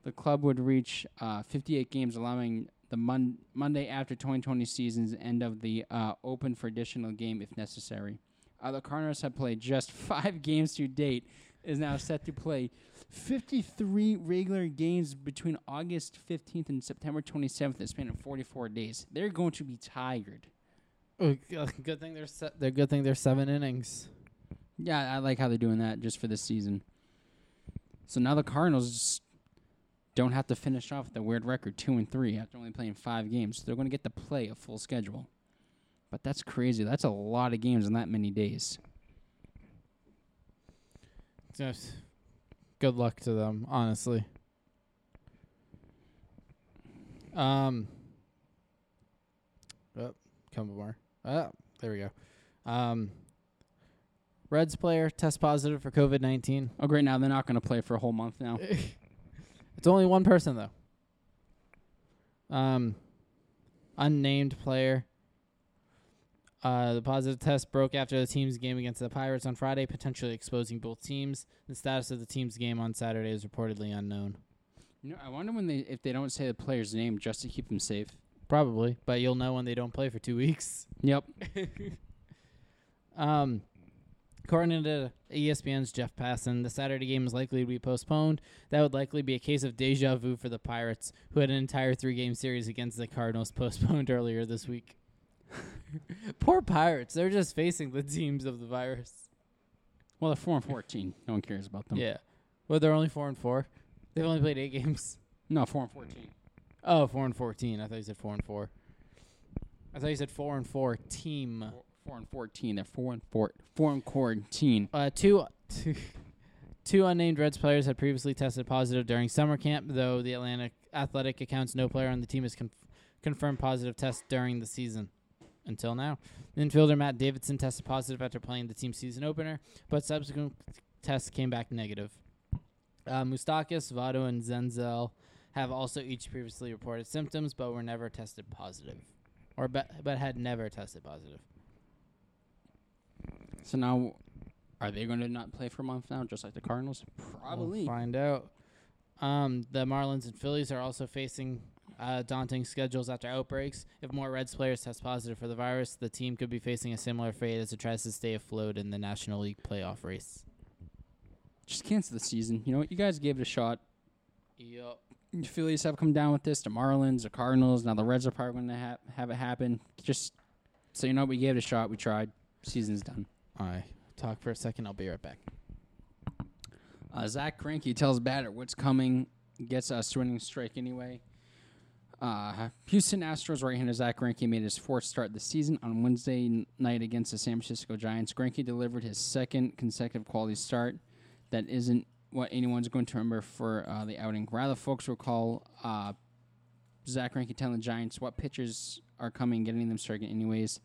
The club would reach uh, 58 games, allowing the mon- Monday after 2020 season's end of the uh, open for additional game if necessary. Uh, the Cardinals have played just five games to date, is now set to play 53 regular games between August 15th and September 27th, in a span of 44 days. They're going to be tired.
good thing they're se- they're good thing they're seven innings.
Yeah, I like how they're doing that just for this season. So now the Cardinals just don't have to finish off the weird record two and three after only playing five games. They're going to get to play a full schedule, but that's crazy. That's a lot of games in that many days.
Just good luck to them, honestly. Um. Oh, come more. Oh, there we go. Um. Reds player test positive for COVID nineteen.
Oh, great! Now they're not going to play for a whole month now.
it's only one person though. Um, unnamed player. Uh, the positive test broke after the team's game against the Pirates on Friday, potentially exposing both teams. The status of the team's game on Saturday is reportedly unknown.
You know, I wonder when they if they don't say the player's name just to keep them safe.
Probably, but you'll know when they don't play for two weeks.
Yep.
Um, according to E ESPN's Jeff Passan, the Saturday game is likely to be postponed. That would likely be a case of deja vu for the Pirates, who had an entire three-game series against the Cardinals postponed earlier this week. Poor Pirates, they're just facing the teams of the virus.
Well, they're four and fourteen. No one cares about them.
Yeah, well, they're only four and four. They've only played eight games.
No, four and fourteen.
Oh, four and fourteen. I thought you said four and four. I thought you said four and four team.
Four, four and fourteen. They're four and four. Four and quarantine.
Uh, two, two, two unnamed Reds players had previously tested positive during summer camp, though the Atlantic Athletic accounts no player on the team has conf- confirmed positive test during the season. Until now, infielder Matt Davidson tested positive after playing the team's season opener, but subsequent tests came back negative. Uh, Mustakis, Votto, and Zenzel have also each previously reported symptoms, but were never tested positive, or be- but had never tested positive.
So now, are they going to not play for a month now, just like the Cardinals?
We'll find out. Um, the Marlins and Phillies are also facing uh, daunting schedules after outbreaks. If more Reds players test positive for the virus, the team could be facing a similar fate as it tries to stay afloat in the National League playoff race.
Just cancel the season. You know what? You guys gave it a shot.
Yep.
The Phillies have come down with this. The Marlins, the Cardinals. Now the Reds are probably going to ha- have it happen. Just so you know, we gave it a shot. We tried. Season's done.
I talk for a second. I'll be right back.
Uh, Zach Cranky tells batter what's coming, gets a swinging strike anyway. Uh, Houston Astros right-hander Zach Greinke made his fourth start this season on Wednesday n- night against the San Francisco Giants. Greinke delivered his second consecutive quality start. That isn't what anyone's going to remember for uh, the outing. Rather, folks recall uh, Zach Greinke telling the Giants what pitchers are coming, getting them started anyways.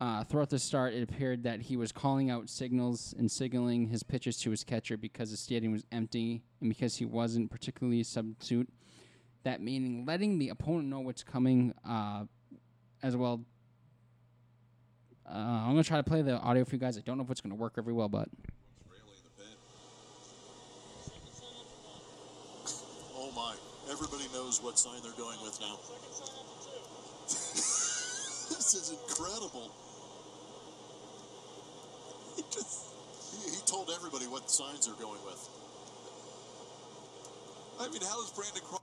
Uh, throughout the start, it appeared that he was calling out signals and signaling his pitches to his catcher because the stadium was empty and because he wasn't particularly a substitute. That meaning letting the opponent know what's coming uh, as well. Uh, I'm going to try to play the audio for you guys. I don't know if it's going to work every well, but
Oh my, everybody knows what sign they're going with now. this is incredible. He just he, he told everybody what signs they're going with. I mean, how is Brandon Crawford?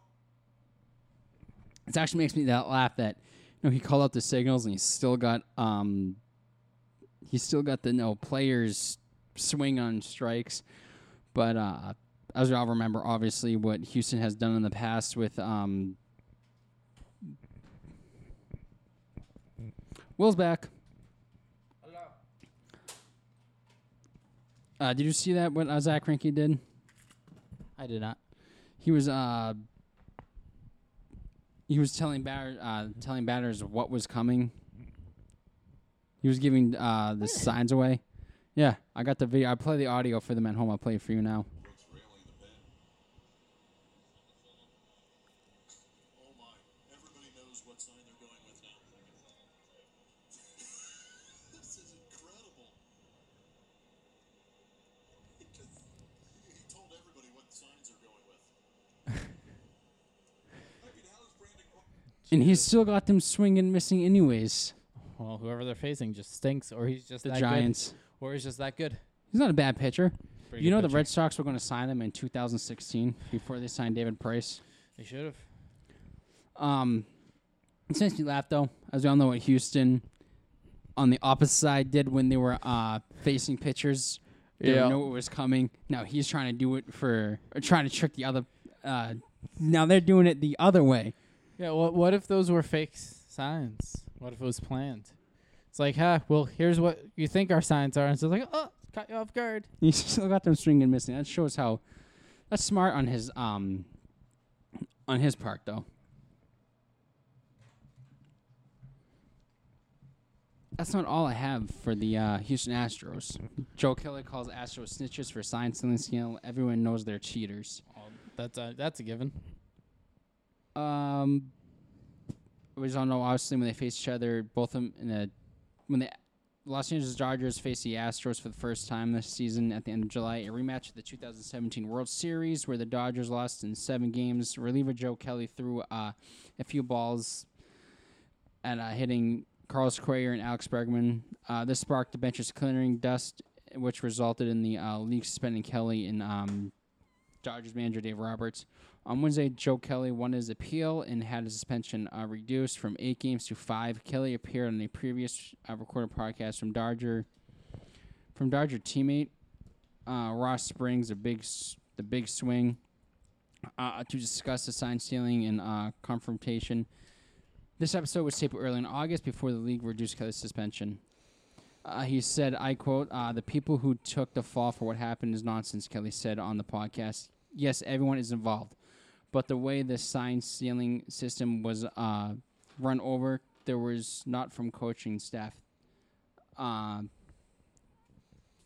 it actually makes me that laugh that you know he called out the signals and he still got um he still got the no players swing on strikes but uh as y'all remember obviously what Houston has done in the past with um Will's back Hello. uh did you see that what uh, Zach Greinke did
I did not.
he was uh he was telling batter uh telling batters what was coming. He was giving uh the signs away. Yeah, I got the video. I play the audio for them at home. I'll play it for you now.
Oh my, everybody knows what sign they're going with now. this is incredible. He just he, he told everybody what signs they're going with. I mean, how is Brandon Crawford?
And he still got them swinging, missing anyways.
Well, whoever they're facing just stinks, or he's just
The
that good,
Giants.
or he's just that good.
He's not a bad pitcher.
Pretty
you
good
know the
pitcher.
Red Sox were going to sign him in 2016 before they signed David Price.
They should have.
Um, since you laughed though, as we all know what Houston on the opposite side did when they were uh, facing pitchers. They
Yeah.
know what was coming. Now he's trying to do it for or trying to trick the other. Uh, now they're doing it the other way.
Yeah. What What if those were fake s- signs? What if it was planned? It's like, huh? Well, here's what you think our signs are, and so it's like, oh, caught you off guard.
He still got them swinging and missing. That shows how that's smart on his um on his part though. That's not all I have for the uh, Houston Astros. Joe Kelly calls Astros snitches for sign stealing scandal. Everyone knows they're cheaters.
Oh, that's a, that's a given.
Um, we just don't know. Obviously, when they face each other, both of them in the when the Los Angeles Dodgers faced the Astros for the first time this season at the end of July, a rematch of the 2017 World Series where the Dodgers lost in seven games. Reliever Joe Kelly threw uh, a few balls at uh, hitting Carlos Correa and Alex Bregman. Uh, this sparked the bench's clearing dust, which resulted in the uh, league suspending Kelly and um, Dodgers manager Dave Roberts. On Wednesday, Joe Kelly won his appeal and had his suspension uh, reduced from eight games to five. Kelly appeared on a previous uh, recorded podcast from Dodger from Dodger teammate uh, Ross Springs, the big s- the big swing, uh, to discuss the sign stealing and uh, confrontation. This episode was taped early in August before the league reduced Kelly's suspension. Uh, he said, I quote, uh, the people who took the fall for what happened is nonsense, Kelly said on the podcast. Yes, everyone is involved. But the way the sign stealing system was uh, run over, there was not from coaching staff. Uh,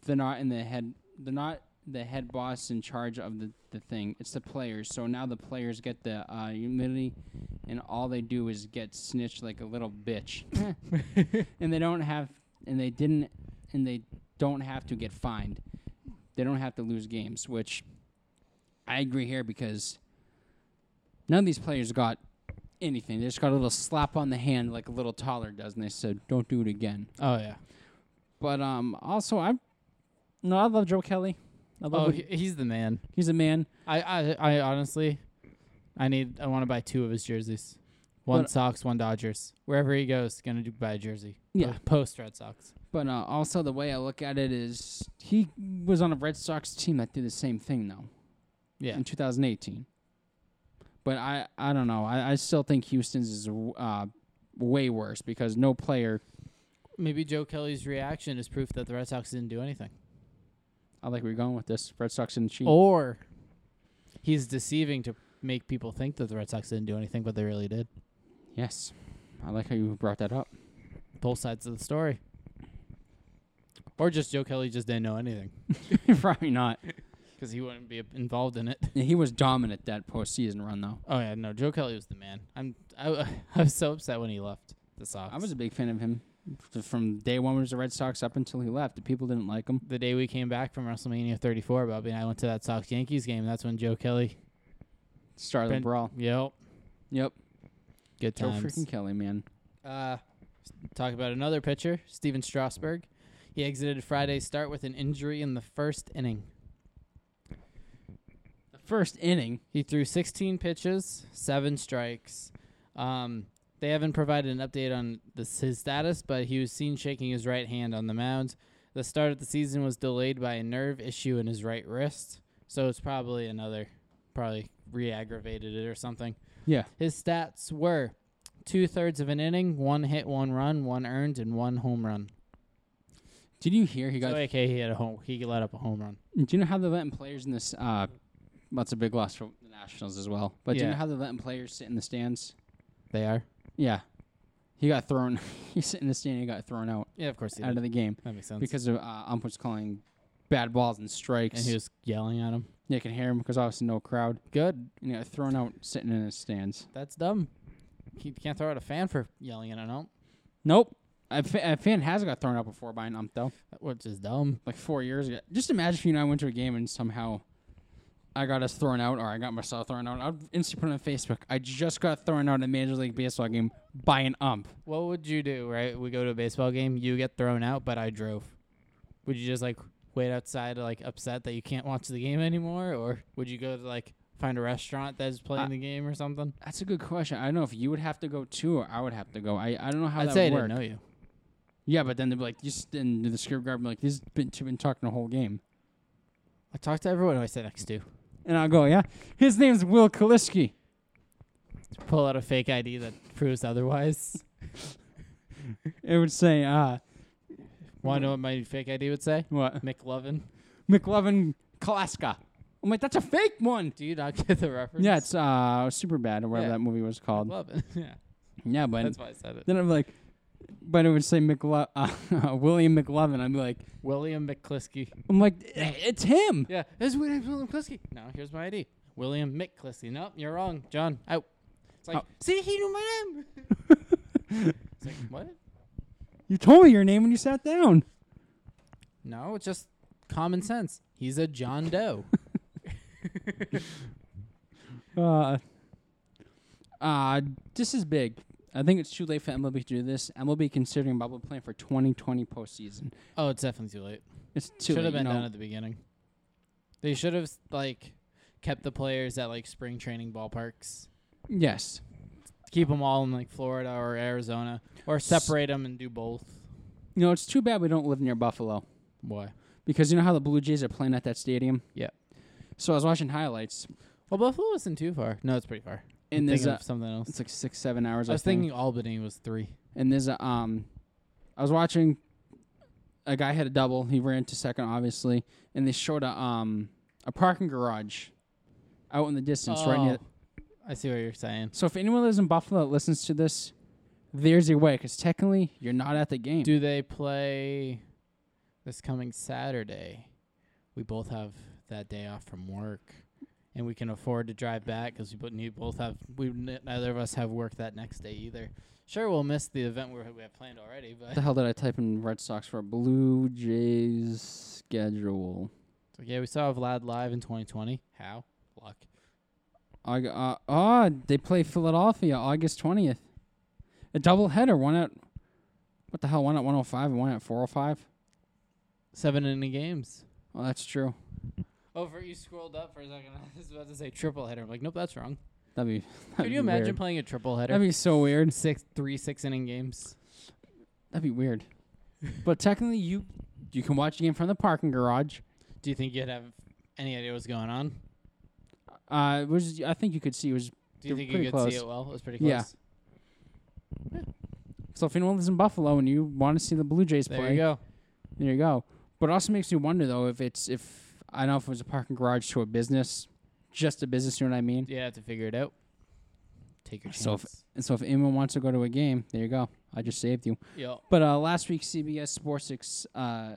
they're not in the head. They're not the head boss in charge of the, the thing. It's the players. So now the players get the uh, humility, and all they do is get snitched like a little bitch. and they don't have, and they didn't, and they don't have to get fined. They don't have to lose games, which I agree here because none of these players got anything. They just got a little slap on the hand like a little taller does, and they said, "Don't do it again."
Oh yeah.
But um, also I, no, I love Joe Kelly. I love
Oh,
what-
he, he's the man.
he's a man.
I, I I honestly, I need. I want to buy two of his jerseys. One
But-
Sox, one Dodgers. Wherever he goes, gonna do buy a jersey.
Yeah.
Po- Post Red Sox.
But uh, also, the way I look at it is he was on a Red Sox team that did the same thing, though,
Yeah.
in 2018. But I, I don't know. I, I still think Houston's is uh, way worse because no player.
Maybe Joe Kelly's reaction is proof that the Red Sox didn't do anything.
I like where you're going with this. Red Sox didn't cheat.
Or he's deceiving to make people think that the Red Sox didn't do anything, but they really did.
Yes. I like how you brought that up.
Both sides of the story. Or just Joe Kelly just didn't know anything
Probably not.
because he wouldn't be involved in it.
Yeah, he was dominant that postseason run, though.
Oh yeah, no, Joe Kelly was the man. I'm I, I was so upset when he left the Sox.
I was a big fan of him F- from day one when he was the Red Sox up until he left. The people didn't like him.
the day we came back from WrestleMania 34, Bobby and I went to that Sox Yankees game. That's when Joe Kelly.
Started
Brent-
the brawl.
Yep.
Yep.
Good
Joe
times.
freaking Kelly, man.
Uh, talk about another pitcher, Steven Strasburg. He exited Friday's start with an injury in the first inning.
The first inning.
He threw 16 pitches, seven strikes. Um, they haven't provided an update on this, his status, but he was seen shaking his right hand on the mound. The start of the season was delayed by a nerve issue in his right wrist, so it's probably another, probably re-aggravated it or something.
Yeah.
His stats were two thirds of an inning, one hit, one run, one earned, and one home run.
Did you hear he got?
So, okay, he had a home. He let up a home run.
Do you know how they're letting players in this? Uh, well, it's a big loss for the Nationals as well. But do you
Yeah.
know how they're letting players sit in the stands?
They are.
Yeah, he got thrown. he sat in the stand. and He got thrown out
Yeah, of course he
out
did.
of the game
That makes sense.
because of uh, ump was calling bad balls and strikes.
and he was yelling at him.
you can hear him because obviously no crowd.
Good.
And he got thrown out sitting in the stands.
That's dumb. You can't throw out a fan for yelling at an ump,
Nope. A fa- a fan has got thrown out before by an ump though,
which is dumb.
like four years ago. Just imagine if you and I went to a game and somehow I got us thrown out, or I got myself thrown out. I'd instantly put it on Facebook. I just got thrown out in a Major League Baseball game by an ump.
What would you do, right? We go to a baseball game, you get thrown out, but I drove. Would you just like wait outside, like upset that you can't watch the game anymore, or would you go to like find a restaurant that's playing
I-
the game or something?
That's a good question. I don't know if you would have to go too, or I would have to go. I, I don't know how
I'd
that
say I
would work.
didn't know you.
Yeah, but then they'd be like, you s- and the script guard would be like, this has been, been talking the whole game.
I talked to everyone who I sit next to.
And I'll go, yeah. His name's Will Kaliski.
Pull out a fake ID that proves otherwise.
It would say, uh,
Want to know what my fake ID would say?
what?
McLovin.
McLovin Kalaska. I'm like, that's a fake one.
Do you not get the reference?
Yeah, it's uh, super bad or whatever
Yeah.
that movie was called.
McLovin. yeah,
Yeah, but
that's why I said it.
then I'm like, but it would say McLo- uh, William McLovin. I'm like,
William McCliskey.
I'm like, it's him.
Yeah, that's William McCliskey. No, here's my ID. William McCliskey. Nope, you're wrong. John, out. It's like,
Oh.
see, he knew my name. it's like, what?
You told me your name when you sat down.
No, it's just common sense. He's a John Doe.
Uh, uh, this is big. I think it's too late for MLB to do this. MLB considering bubble plan for 2020 postseason.
oh, it's definitely too late.
It's too
Should
late.
have
you
been
know.
done at the beginning. They should have like kept the players at like spring training ballparks.
Yes.
Keep them all in like Florida or Arizona, or separate them and do both.
You know, it's too bad we don't live near Buffalo.
Why?
because you know how the Blue Jays are playing at that stadium.
Yeah.
So I was watching highlights,
Well, Buffalo isn't too far. No, it's pretty far. I'm
and there's
thinking
a,
of something else.
it's like six seven hours.
I
I
was
think.
thinking Albany was three.
and there's a um, I was watching a guy hit a double. He ran to second, obviously, and they showed a um a parking garage out in the distance, right near.
Oh, I see what you're saying.
So if anyone lives in Buffalo that listens to this, there's your way, because technically you're not at the game.
Do they play this coming Saturday? We both have that day off from work, and we can afford to drive back because we bo- need- both have we n- neither of us have work that next day either. Sure, we'll miss the event we we have planned already,
what the
but
hell did I type in Red Sox for Blue Jays schedule?
So, yeah, we saw Vlad live in 2020. How luck?
I uh, oh, they play Philadelphia August twentieth. A doubleheader, one at what the hell, one at one oh five and one at four oh five.
Seven inning games.
Oh, that's true.
Oh, for you scrolled up for a second. I was about to say triple header. I'm like, nope, that's wrong.
That'd be. That'd
Could
be
you imagine
weird.
playing a triple header?
That'd be so weird.
six three six inning games.
That'd be weird. but technically, you you can watch the game from the parking garage.
Do you think you'd have any idea what's going on?
Uh, it was I think you could see it was
Do you
They're
think you
pretty
could
close.
see it well? It was pretty close.
Yeah. so if anyone lives in Buffalo and you want to see the Blue Jays
There
play,
you go.
There you go. But it also makes me wonder though if it's if I don't know if it was a parking garage to a business, just a business. You know what I mean?
You have to figure it out. Take your chance.
So if- And so if anyone wants to go to a game, there you go. I just saved you.
Yo.
But uh, last week CBS Sports Six, uh,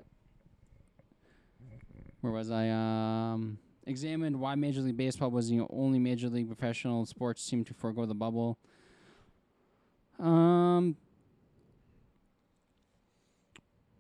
where was I? Um, examined why Major League Baseball was the only major league professional sports team to forego the bubble. Um.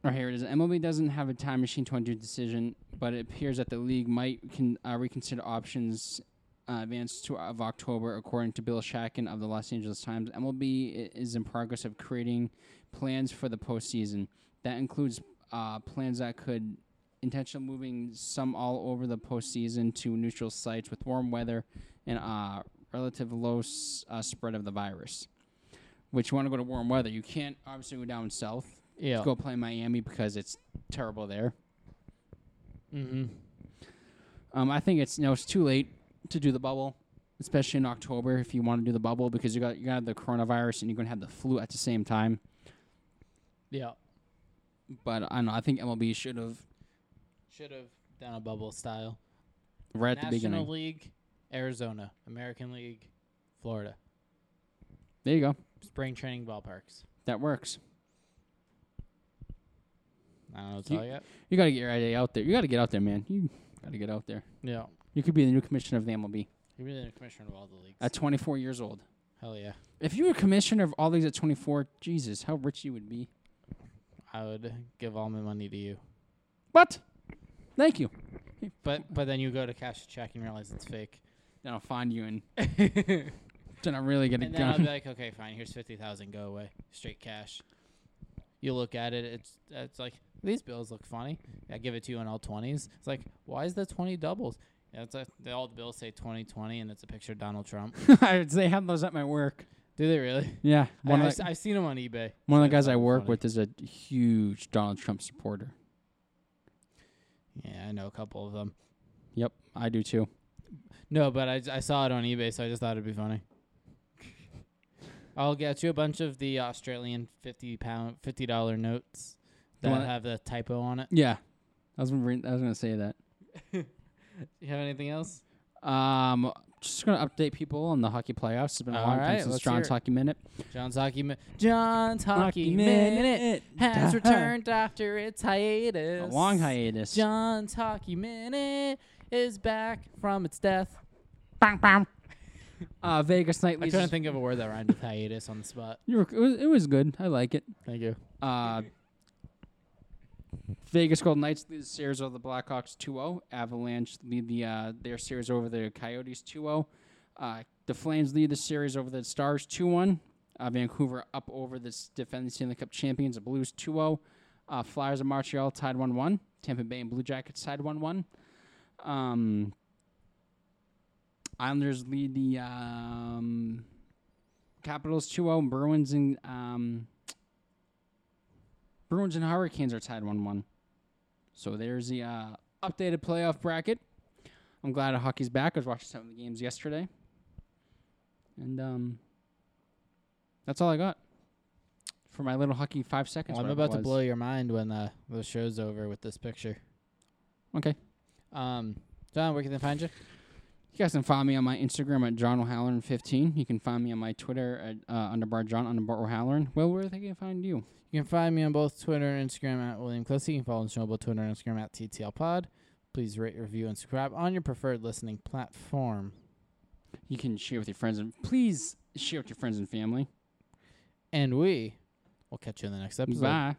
Or here it is. MLB doesn't have a time machine to undo the decision, but it appears that the league might can uh, reconsider options uh, advanced to of October, according to Bill Shacken of the Los Angeles Times. MLB i- is in progress of creating plans for the postseason. That includes uh, plans that could intentional moving some all over the postseason to neutral sites with warm weather and uh, relative low s- uh, spread of the virus. Which you want to go to warm weather? You can't obviously go down south
Yeah.
to go play in Miami because it's terrible there.
Mm-hmm.
Um, I think it's you know it's too late to do the bubble, especially in October if you want to do the bubble because you got you got the coronavirus and you're gonna have the flu at the same time.
Yeah.
But I don't know. I think MLB should have
Should have done a bubble style.
right at the
National
beginning.
League, Arizona. American League, Florida.
There you go.
Spring training ballparks.
That works.
I don't know what to
You-
tell you.
You got to get your idea out there. You got to get out there, man. You got to get out there.
Yeah.
You could be the new commissioner of the MLB
You're really the commissioner of all the leagues.
at 24 years old.
Hell yeah.
If you were commissioner of all these at 24, Jesus, how rich you would be.
I would give all my money to you.
What? Thank you.
But but then you go to cash a check and realize it's fake.
Then I'll find you and
and
then I'm really gonna
then I'll be
gun.
like, okay, fine. Here's fifty thousand. Go away. Straight cash. You look at it. It's it's like these bills look funny. I give it to you in all twenties. It's like why is the twenty doubles? Yeah, it's like they, all the bills say twenty twenty, and it's a picture of Donald Trump.
I would say have those at my work.
Do they really?
Yeah, one
I,
of
I've,
the,
I've seen them on eBay.
one of
They're
the guys I
fucking
work
funny.
with is a huge Donald Trump supporter.
Yeah, I know a couple of them.
Yep, I do too.
No, but I, I saw it on eBay, so I just thought it'd be funny. I'll get you a bunch of the Australian fifty pound fifty dollar notes
The
that
one-
have the typo on it.
Yeah, I was gonna, I was gonna say that.
You have anything else?
Um, just gonna update people on the hockey playoffs. It's been a
All
long
right,
time since
let's hear
John's
it.
hockey minute.
John's hockey minute. John's hockey,
Hockey
minute,
Minute.
has
Da.
returned after its
A
Uh-huh. hiatus.
long hiatus.
John's hockey minute is back from its death.
Bang, bang.
Uh, Vegas night.
I'm trying to think of a word that rhymes with hiatus on the spot.
You were, it, was, it was good. I like it.
Thank you.
Uh, Vegas Golden Knights lead the series over the Blackhawks 2-0. Avalanche lead the uh, their series over the Coyotes 2-0. Uh, the Flames lead the series over the Stars 2-1. Uh, Vancouver up over the s- defending Stanley Cup champions, the Blues 2-0. Uh, Flyers of Montreal tied 1-1. Tampa Bay and Blue Jackets tied 1-1. Um, Islanders lead the um, Capitals 2-0. Bruins and um, Bruins and Hurricanes are tied 1 1. So there's the uh, updated playoff bracket. I'm glad hockey's back. I was watching some of the games yesterday. And um, that's all I got for my little hockey five seconds.
Well, I'm
whatever it
about to
was.
blow your mind when uh, the show's over with this picture.
Okay.
Um, John, where can they find you?
You guys can find me on my Instagram at John O'Halloran15. You can find me on my Twitter at uh, underbar John underbar O'Halloran. Will, where they can find you?
You can find me on both Twitter and Instagram at William Closey. You can follow the show on both Twitter and Instagram at TTL Pod. Please rate, review, and subscribe on your preferred listening platform.
You can share with your friends and please share with your friends and family.
And we will catch you in the next episode.
Bye.